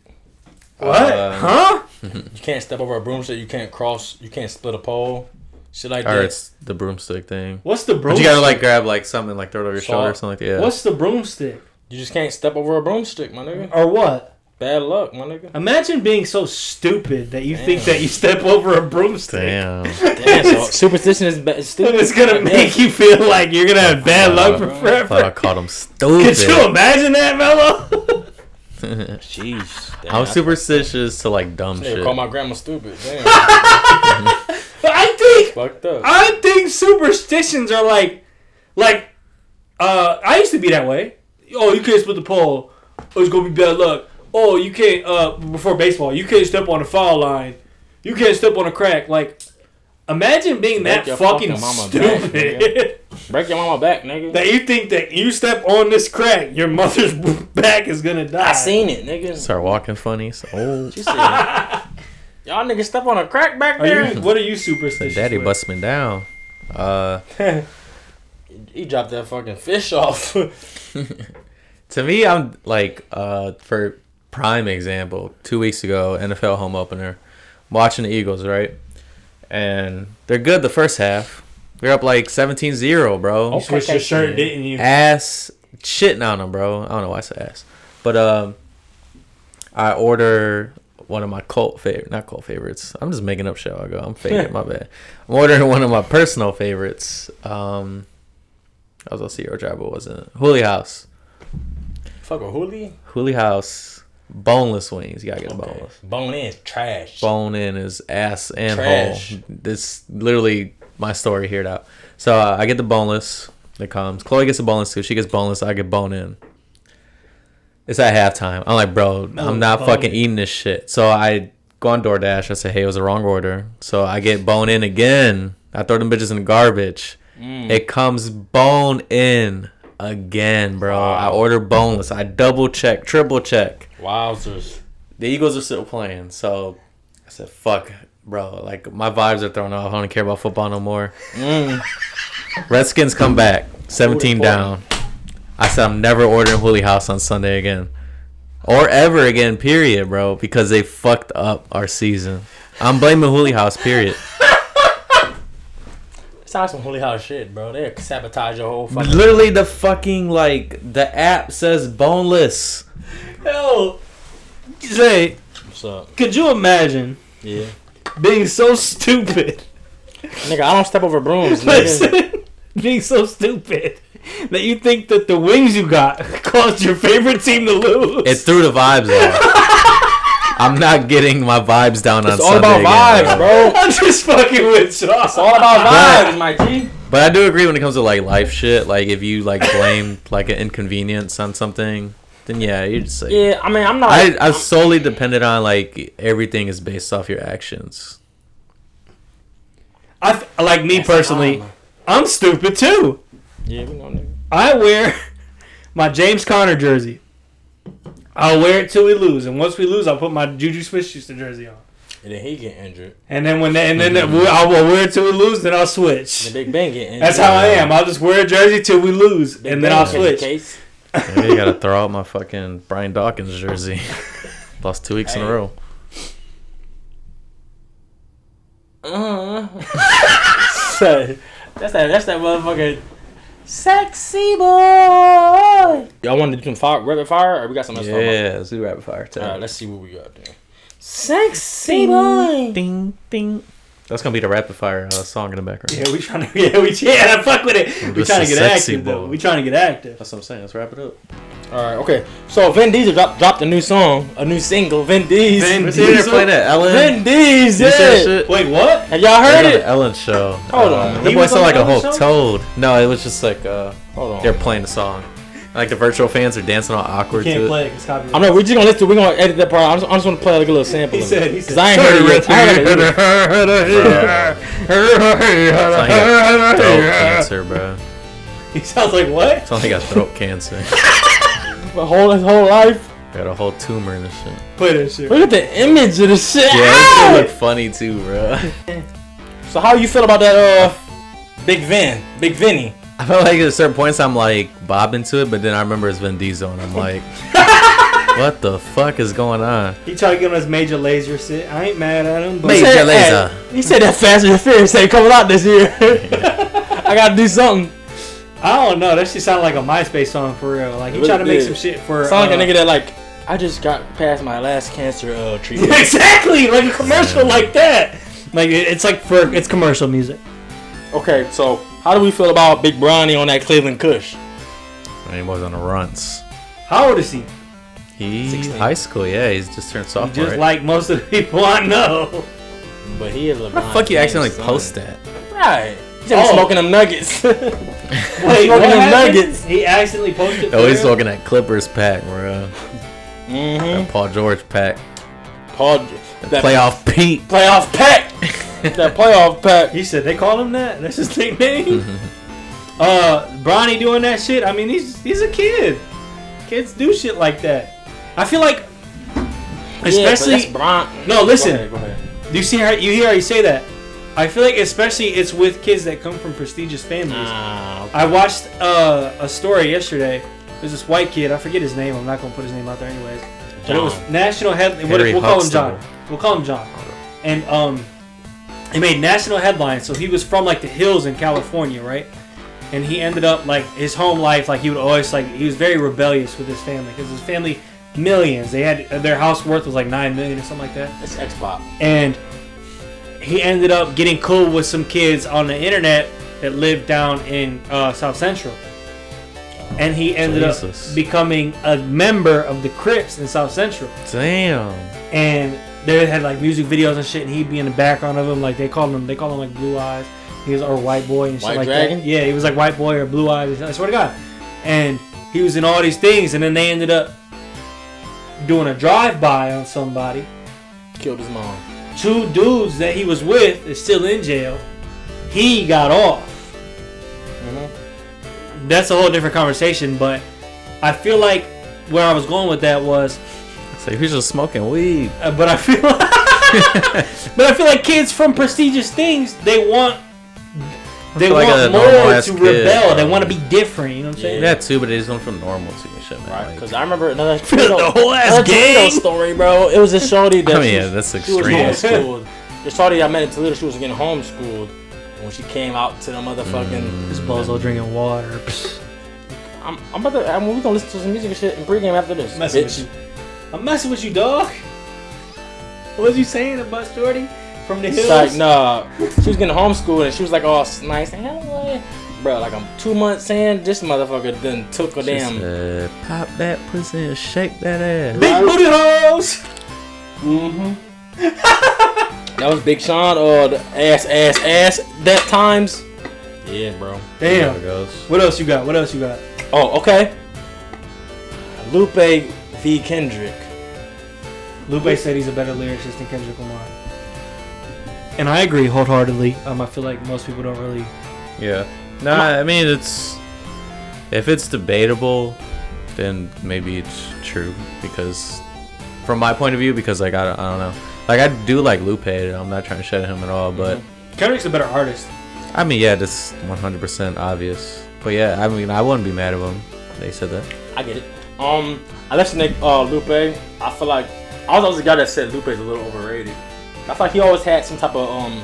What? Uh, huh? You can't step over a broomstick. You can't cross. You can't split a pole. Shit like Or that. it's the broomstick thing. What's the But broomstick? you gotta like grab like something, like throw it over your Saw. shoulder or something like that. Yeah. What's the broomstick? You just can't step over a broomstick, my nigga. Or what? Bad luck, my nigga. Imagine being so stupid that you think that you step over a broomstick. Damn. Damn, so superstition is ba- is stupid. It's gonna make you feel like you're gonna have bad luck for Thought I forever. called him Could you stupid. imagine that, Mello? Jeez. Damn, I'm superstitious to like dumb Nigga, shit. call my grandma stupid. Damn, I think fucked up. I think superstitions are like, like, uh, I used to be that way. Oh, you can't split the pole. Oh, it's gonna be bad luck. Oh, you can't. Uh, before baseball, you can't step on a foul line. You can't step on a crack. Like, imagine being Make that your fucking, fucking mama stupid Break your mama back, nigga. that you think that you step on this crack, your mother's back is gonna die. I seen it, nigga. Start walking funny. So, oh, You seen it. Y'all niggas step on a crack back Are there. you? What are you superstitious? daddy with? bust me down. Uh, He dropped that fucking fish off. To me, I'm like uh, for prime example. Two weeks ago, NFL home opener, watching the Eagles, right? And they're good the first half. They're up like 17-0, bro. Oh, You switched your shirt, didn't you? Ass shitting on him, bro. I don't know why I said ass, but um, I order one of my cult favorite, not cult favorites. I'm just making up shit. I go, I'm faking. my bad. I'm ordering one of my personal favorites. Um, I was on Sierra Drive, but it wasn't Hooli House. Fuck a hoolie. Hooli House boneless wings. You gotta get a boneless. Bone in is trash. bone in his ass and Trash. hole. This literally my story here now. So uh, I get the boneless that comes. Chloe gets the boneless too. She gets boneless. I get bone in. It's at halftime. I'm like, bro, I'm not bone fucking in. eating this shit. So I go on DoorDash. I say, hey, it was the wrong order. So I get bone in again. I throw them bitches in the garbage. Mm. It comes bone in again, bro. I order boneless. I double check, triple check Wowzers. the Eagles are still playing, so I said, "Fuck, bro! Like my vibes are thrown off. I don't care about football no more." Redskins come back, seventeen down. I said, "I'm never ordering Hooli House on Sunday again, or ever again. Period, bro, because they fucked up our season. I'm blaming Hooli House. Period. It's not some holy house shit, bro. They sabotage your whole fucking. Literally, the fucking like the app says boneless. Yo, Zay, What's up? could you imagine Yeah. being so stupid? Nigga, I don't step over brooms. Nigga. Listen, being so stupid that you think that the wings you got caused your favorite team to lose. It threw the vibes off. I'm not getting my vibes down on It's all about Sunday again, vibes, bro. I'm just fucking with y'all. It's all about vibes, my G. But I do agree when it comes to like life shit. Like if you like blame like an inconvenience on something, then yeah, you're just like Yeah, I mean, I'm not. I I solely depended on like everything is based off your actions. I f- like me personally. I'm stupid too. yeah, we know, nigga. I wear my James Conner jersey. I'll wear it till we lose, and once we lose, I'll put my Juju Smith-Schuster jersey on. And then he get injured. And then when they, and then we- I'll wear it till we lose, then I'll switch. The Big Bang get injured. That's how I am. I'll just wear a jersey till we lose, Big and then Bang I'll get the switch. case. Maybe I gotta throw out my fucking Brian Dawkins jersey. Lost two weeks in a Hey. row. Uh. that's that. That's that motherfucking sexy boy. Y'all want to do some fire, rapid fire, or we got something else? to talk about? Yeah, let's do rapid fire. All right, Time. let's see what we got there. Sexy boy. Ding ding. That's gonna be the rapid fire uh, song in the background. Yeah, we trying to. Yeah, we yeah, fuck with it. We This trying to is get sexy, active though. boy. We trying to get active. That's what I'm saying. Let's wrap it up. All right, okay. So Vin Diesel dropped, dropped a new song, a new single. Vin Diesel. Vin Vin, Let's hear Diesel? play that. Ellen. Diesel. You see that shit? Wait, what? Have y'all They heard go to it? Ellen show. Hold on. The He boy was sounded on like a the Ellen whole show? toad. No, it was just like uh. Hold on. They're playing the song. Like the virtual fans are dancing all awkward Can't to play it. because copyright. I'm not. We're just gonna listen. We're gonna edit that part. I just, I just want to play like a little sample. He of said- it. he said- 'Cause I ain't heard it yet. I haven't heard it. Sound like a throat cancer, bro. He sounds like what? Sound like a throat cancer. My whole his whole life. Got a whole tumor in this shit. Play that shit. Look at the image of the shit. Yeah, Ow! this shit look funny too, bro. So how you feel about that? Uh, Big Vin, Big Vinny. I felt like at certain points I'm like bobbing to it, but then I remember it's Vin Diesel and I'm like, what the fuck is going on? He tried to get on his major laser sit. I ain't mad at him, but Major said laser. that- He said that Fast and the Furious ain't coming out this year. I gotta do something. I don't know. That shit sounded like a MySpace song for real. Like he It tried to make did. some shit for. Sound like uh, a nigga that like. I just got past my last cancer uh, treatment. exactly like a commercial like that. Like it- it's like for it's commercial music. okay, so how do we feel about Big Bronny on that Cleveland Cush? And he was on the runts. How old is he? He's high school, yeah. He's just turned sophomore. Just right? like most of the people I know. But he is LeBron. fuck you James, acting like son. post that. Right. He's gonna be Oh. smoking them nuggets. Wait, Smoking them happened? nuggets. He accidentally posted. Oh, he's for real? looking at Clippers pack, bro. mm-hmm. That Paul George pack. Paul, that Playoff Pete. playoff pack. that playoff pack. He said they call him that. That's his nickname. uh, Bronny doing that shit. I mean, he's he's a kid. Kids do shit like that. I feel like, yeah, but especially that's Bron. No, listen. Go ahead, go ahead. you see her, you hear her say that. I feel like especially it's with kids that come from prestigious families. Ah, I watched uh, a story yesterday. There's this white kid. I forget his name. I'm not gonna put his name out there anyways. But it was John. national head. What, Um, Harry we'll call him Huxtable. John. We'll call him John. And um, it made national headlines. So he was from like the hills in California, right? and he ended up like his home life like he would always like he was very rebellious with his family because his family millions they had their house worth was like nine million or something like that It's X Pop. and he ended up getting cool with some kids on the internet that lived down in uh, South Central. And he ended Jesus. up becoming a member of the Crips in South Central. Damn. And they had like music videos and shit, and he'd be in the background of them. Like they called him, they called him like Blue Eyes. He was or White Boy and shit White like Dragon? that. Yeah, he was like White Boy or Blue Eyes. I swear to God. And he was in all these things, and then they ended up doing a drive-by on somebody Killed his mom. two dudes that he was with is still in jail. He got off. Mm-hmm. That's a whole different conversation, but I feel like where I was going with that was, So if he's just smoking weed. uh, but I feel, but I feel like kids from prestigious things they want, they like a want more normal-ass to kid, rebel. They bro. want to be different. You know what I'm Yeah. saying? Yeah, too, but he's going from normal to and shit, man. Right, Like- because I remember another Tornado- The whole ass another Tornado gang. story, bro. It was a shorty that I mean, she- Oh, yeah, that's she was extreme. homeschooled. The shorty I met in Toledo, she was getting homeschooled. And when she came out to the motherfucking, Mm. This bozo drinking water. Psst. I'm, I'm about to, I'm, we gonna listen to some music and shit in pregame after this, I'm messing with bitch. you. I'm messing with you, dog. What was you saying about Jordy from the hills? It's like, nah. She was getting homeschooled and she was like all s- nice and hello, bro. Like I'm two months in, this motherfucker done took a She damn. said, pop that pussy and shake that ass. Big booty hoes. That was Big Sean or the ass, ass, ass. That times. Yeah, bro. There it Damn. goes. What else you got? What else you got? Oh, okay. Lupe v. Kendrick. Lupe said he's a better lyricist than Kendrick Lamar. And I agree wholeheartedly. Um, I feel like most people don't really. Yeah. Nah, I mean, it's. If it's debatable, then maybe it's true. Because, from my point of view, because, like, I don't, I don't know. Like, I do like Lupe, and I'm not trying to shit at him at all, Mm-hmm. but. Kendrick's a better artist. I mean, yeah, that's 100% obvious. But yeah, I mean, I wouldn't be mad at him. They said that. I get it. Um, I listen to uh, Lupe. I feel like I was always a guy that said Lupe's a little overrated. I feel like he always had some type of um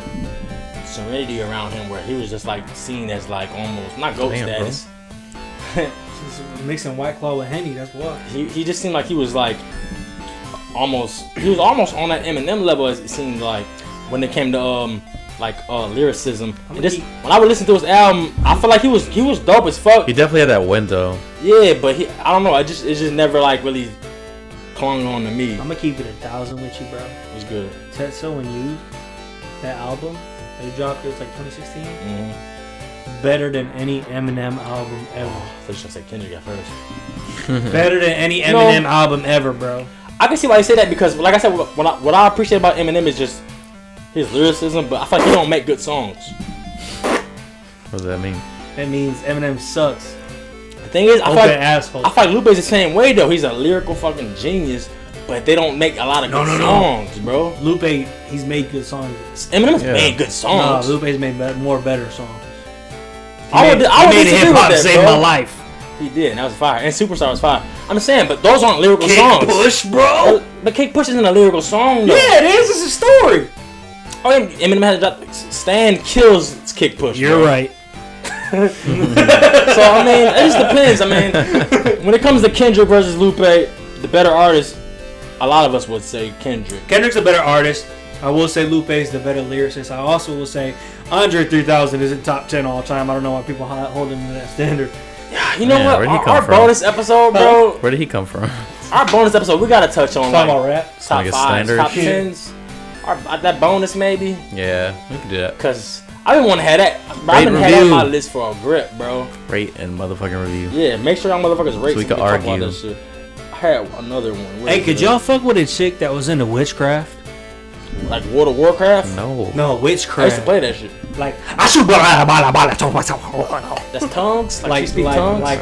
serenity around him where he was just like seen as like almost not ghost Damn, bro. status. He's mixing White Claw with Henny. That's what. He, he just seemed like he was like almost he was almost on that Eminem level as it seemed like when it came to um like uh lyricism. And this, eat. when I would listen to his album, I feel like he was he was dope as fuck. He definitely had that window. Yeah, but he, I don't know. I just it just never like really clung on to me. I'm gonna keep it a thousand with you, bro. It was good. Tetsu and you, that album that you dropped, it was like 2016. Mhm. Better than any Eminem album ever. I thought you should say Kendrick at first. better than any know- Eminem album ever, bro. I can see why you say that because, like I said, what I, what I appreciate about Eminem is just his lyricism, but I feel like he don't make good songs. What does that mean? That means Eminem sucks. The thing is, I Open feel like, asshole. I feel like Lupe's the same way though. He's a lyrical fucking genius, but they don't make a lot of No, no, good no. songs, bro. Lupe, he's made good songs. Eminem's Yeah. made good Nah, songs. Lupe's made bet- more better songs. I would, I would disagree with that, saved bro. my life. He did, and that was fire. And Superstar was fire. I'm saying, but those aren't lyrical songs. bro. But, but Kick Push isn't a lyrical song though. Yeah, it is. It's a story. Oh, and Eminem had to drop. Stan kills Kick Push. bro. right. So I mean, it just depends. I mean, when it comes to Kendrick versus Lupe, the better artist, a lot of us would say Kendrick. Kendrick's a better artist. I will say Lupe's the better lyricist. I also will say Andre 3000 isn't top 10 all time. I don't know why people hi- hold him to that standard. You know Yeah, what? where'd he Our, come our from? bonus episode, bro. Where did he come from? Our bonus episode, we gotta touch on Talking about like, rap. top Like a fives, standard. top Yeah. tens. Our, uh, that bonus maybe, Yeah, we can do that. cause I didn't want to have that. Bro, I Rate didn't have that on review. my list for a grip, bro. Rate and motherfucking review. Yeah, make sure y'all motherfuckers rate. we so could talk about argue. this shit. I had another one. Where Hey, is could it? y'all fuck with a chick that was into witchcraft? like World of Warcraft? No. No, I used to witchcraft. play that shit. like, I should bala bala bala talk myself. That's tongues. Like, like, she speak like, tongues. like,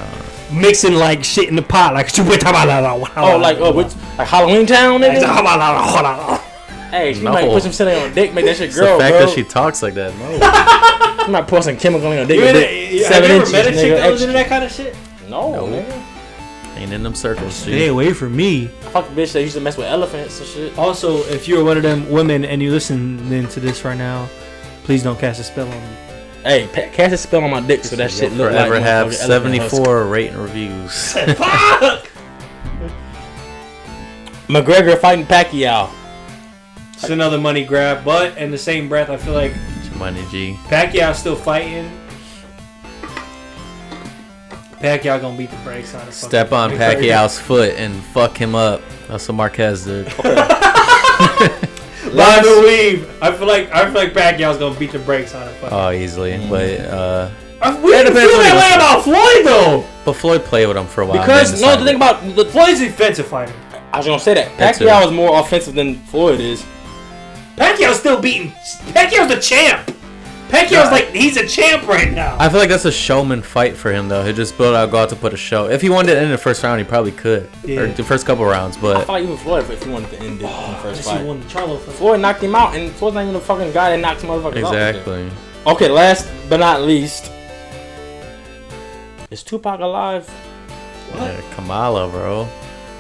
Mixing like shit in the pot like Oh, like uh, which, like Halloween Town, nigga. oh Hey, she No. might put some shit on your dick, make that shit It's grow, the fact bro. that she talks like that. No. She might pour some chemical on your dick. you your ever- dick have seven you ever inches, met a chick nigga. that was Extra. into that kind of shit? No, No. nigga. Ain't in them circles. She, Stay away from me. I fucked a bitch that used to mess with elephants and shit. Also, if you're one of them women and you listening to this right now, please don't cast a spell on me. Hey, pa- cast a spell on my dick so that shit You'll look like forever have motherfucking elephant husk. 74 rating reviews. McGregor fighting Pacquiao. It's another money grab, but in the same breath, I feel like Money G. Pacquiao's still fighting. Pacquiao gonna beat the brakes on it. Step on Pacquiao's foot and fuck him up. That's what Marquez did. By the weave. I feel like I feel like Pacquiao's gonna beat the brakes on it. fucking- Oh, easily. But uh, I- we That didn't depends feel on that the- way about Floyd though, but Floyd played with him for a while. Because no, the thing thing about the Floyd's a defensive fighter. I was gonna say that That's Pacquiao it. is more offensive than Floyd is. Pacquiao's still beating. Pacquiao's the champ. Pacquiao's Nah. like he's a champ right now. I feel like that's a showman fight for him though. He just built out, go out to put a show. If he wanted it in the first round, he probably could, Yeah. or the first couple rounds. I But thought even Floyd if he wanted to end it in Oh, the first Unless he fight. won the Charlo fight. Floyd knocked him out, and Floyd's not even the fucking guy that knocks motherfuckers out. exactly, Okay, last but not least, is Tupac alive? yeah, Kamala, bro.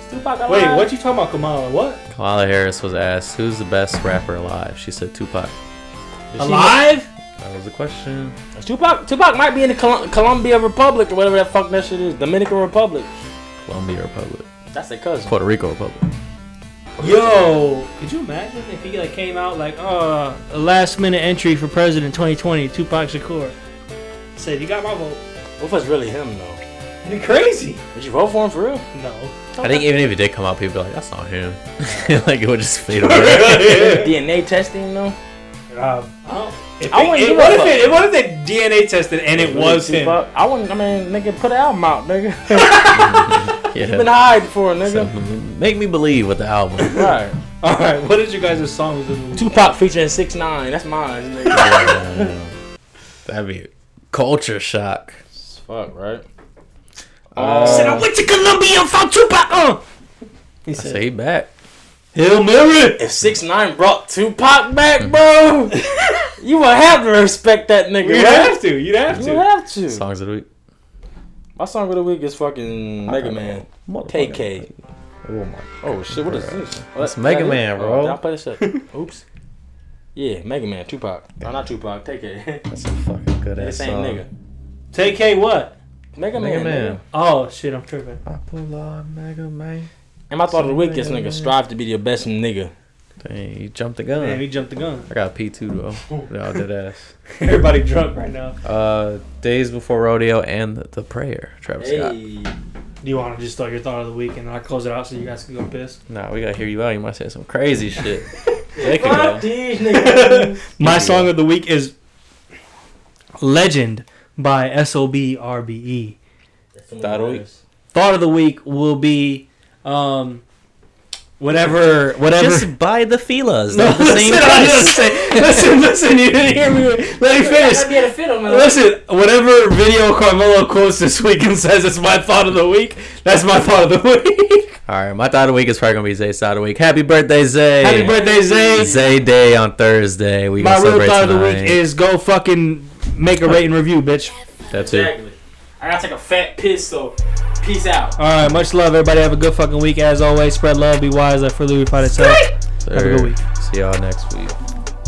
Is Tupac alive? Wait, what you talking about, Kamala? What? Kamala Harris was asked, "Who's the best rapper alive?" She said Tupac. Is he- Alive? That was the question. Tupac, Tupac might be in the Col- Colombia Republic or whatever that fuck that shit is. Dominican Republic. Colombia Republic, That's a cousin. Puerto Rico Republic. Yo, could you imagine if he like came out like, uh, a last minute entry for president 2020, Tupac Shakur? Said you got my vote. What if it's really him though? You crazy? Would you vote for him for real? No. I think even if it did come out, people would be like, "That's not him." like it would just fade away. uh, DNA testing though. oh, if I they- wouldn't it- give a what if fuck. it? What if they DNA tested and it was him? Tupac. I wouldn't. I mean, nigga, put an album out, nigga. yeah. Been high before, nigga. Something- Make me believe with the album. Right. All right. What is your guys' songs of the week? Tupac featuring Six Nine. That's mine, nigga. That'd be culture shock. Fuck right. Said I went to Colombia and found Tupac. Uh. He I said, say he back. "Hail Mary." If Six Nine brought Tupac back, bro, you would have to respect that nigga, You'd right? have to. You'd have You to. would have to. Songs of the week. My song of the week is fucking Mega Man. Motherfucker. KK. Oh my. Oh shit, what is this? That's Mega Man, bro. Did I play this up? Oops. Yeah, Mega Man, Tupac. No, not Tupac. Take it. That's a fucking good the ass same song. nigga. Take K what? Mega Man. Mega Man. nigga. Oh shit, I'm tripping. I pull on Mega Man. And my thought of the week is Mega Man. nigga strive to be your best nigga. Dang, you jumped the gun. Man, he jumped the gun. I got P two though. No, dead ass. Everybody drunk right now. Uh, Days Before Rodeo and The Prayer. Travis Scott. Hey. Do you want to just throw your thought of the week and I'll close it out so you guys can go piss? Nah, we gotta hear you out. You might say some crazy shit. They could Fuck go. these niggas. My song of the week is Legend by SOBRBE. That'll eat. E. Thought of the week will be um whatever whatever Just buy the filas. No, They're the same listen, I was price. gonna say- listen, listen, you didn't hear me. Let me finish. I'd be at a fiddle, man. Listen, whatever video Carmelo quotes this week and says it's my thought of the week, that's my thought of the week. All right, my thought of the week is probably gonna be Zay's thought of the week. Happy birthday, Zay! Happy birthday, Zay. Zay Day on Thursday. We My gonna real celebrate thought of the tonight. week is go fucking make a rate and review, bitch. That's it. Exactly. I gotta take a fat piss, so peace out. All right, much love, everybody. Have a good fucking week. As always, spread love, be wise, let freely find itself. Have a good Sir. week. See y'all next week.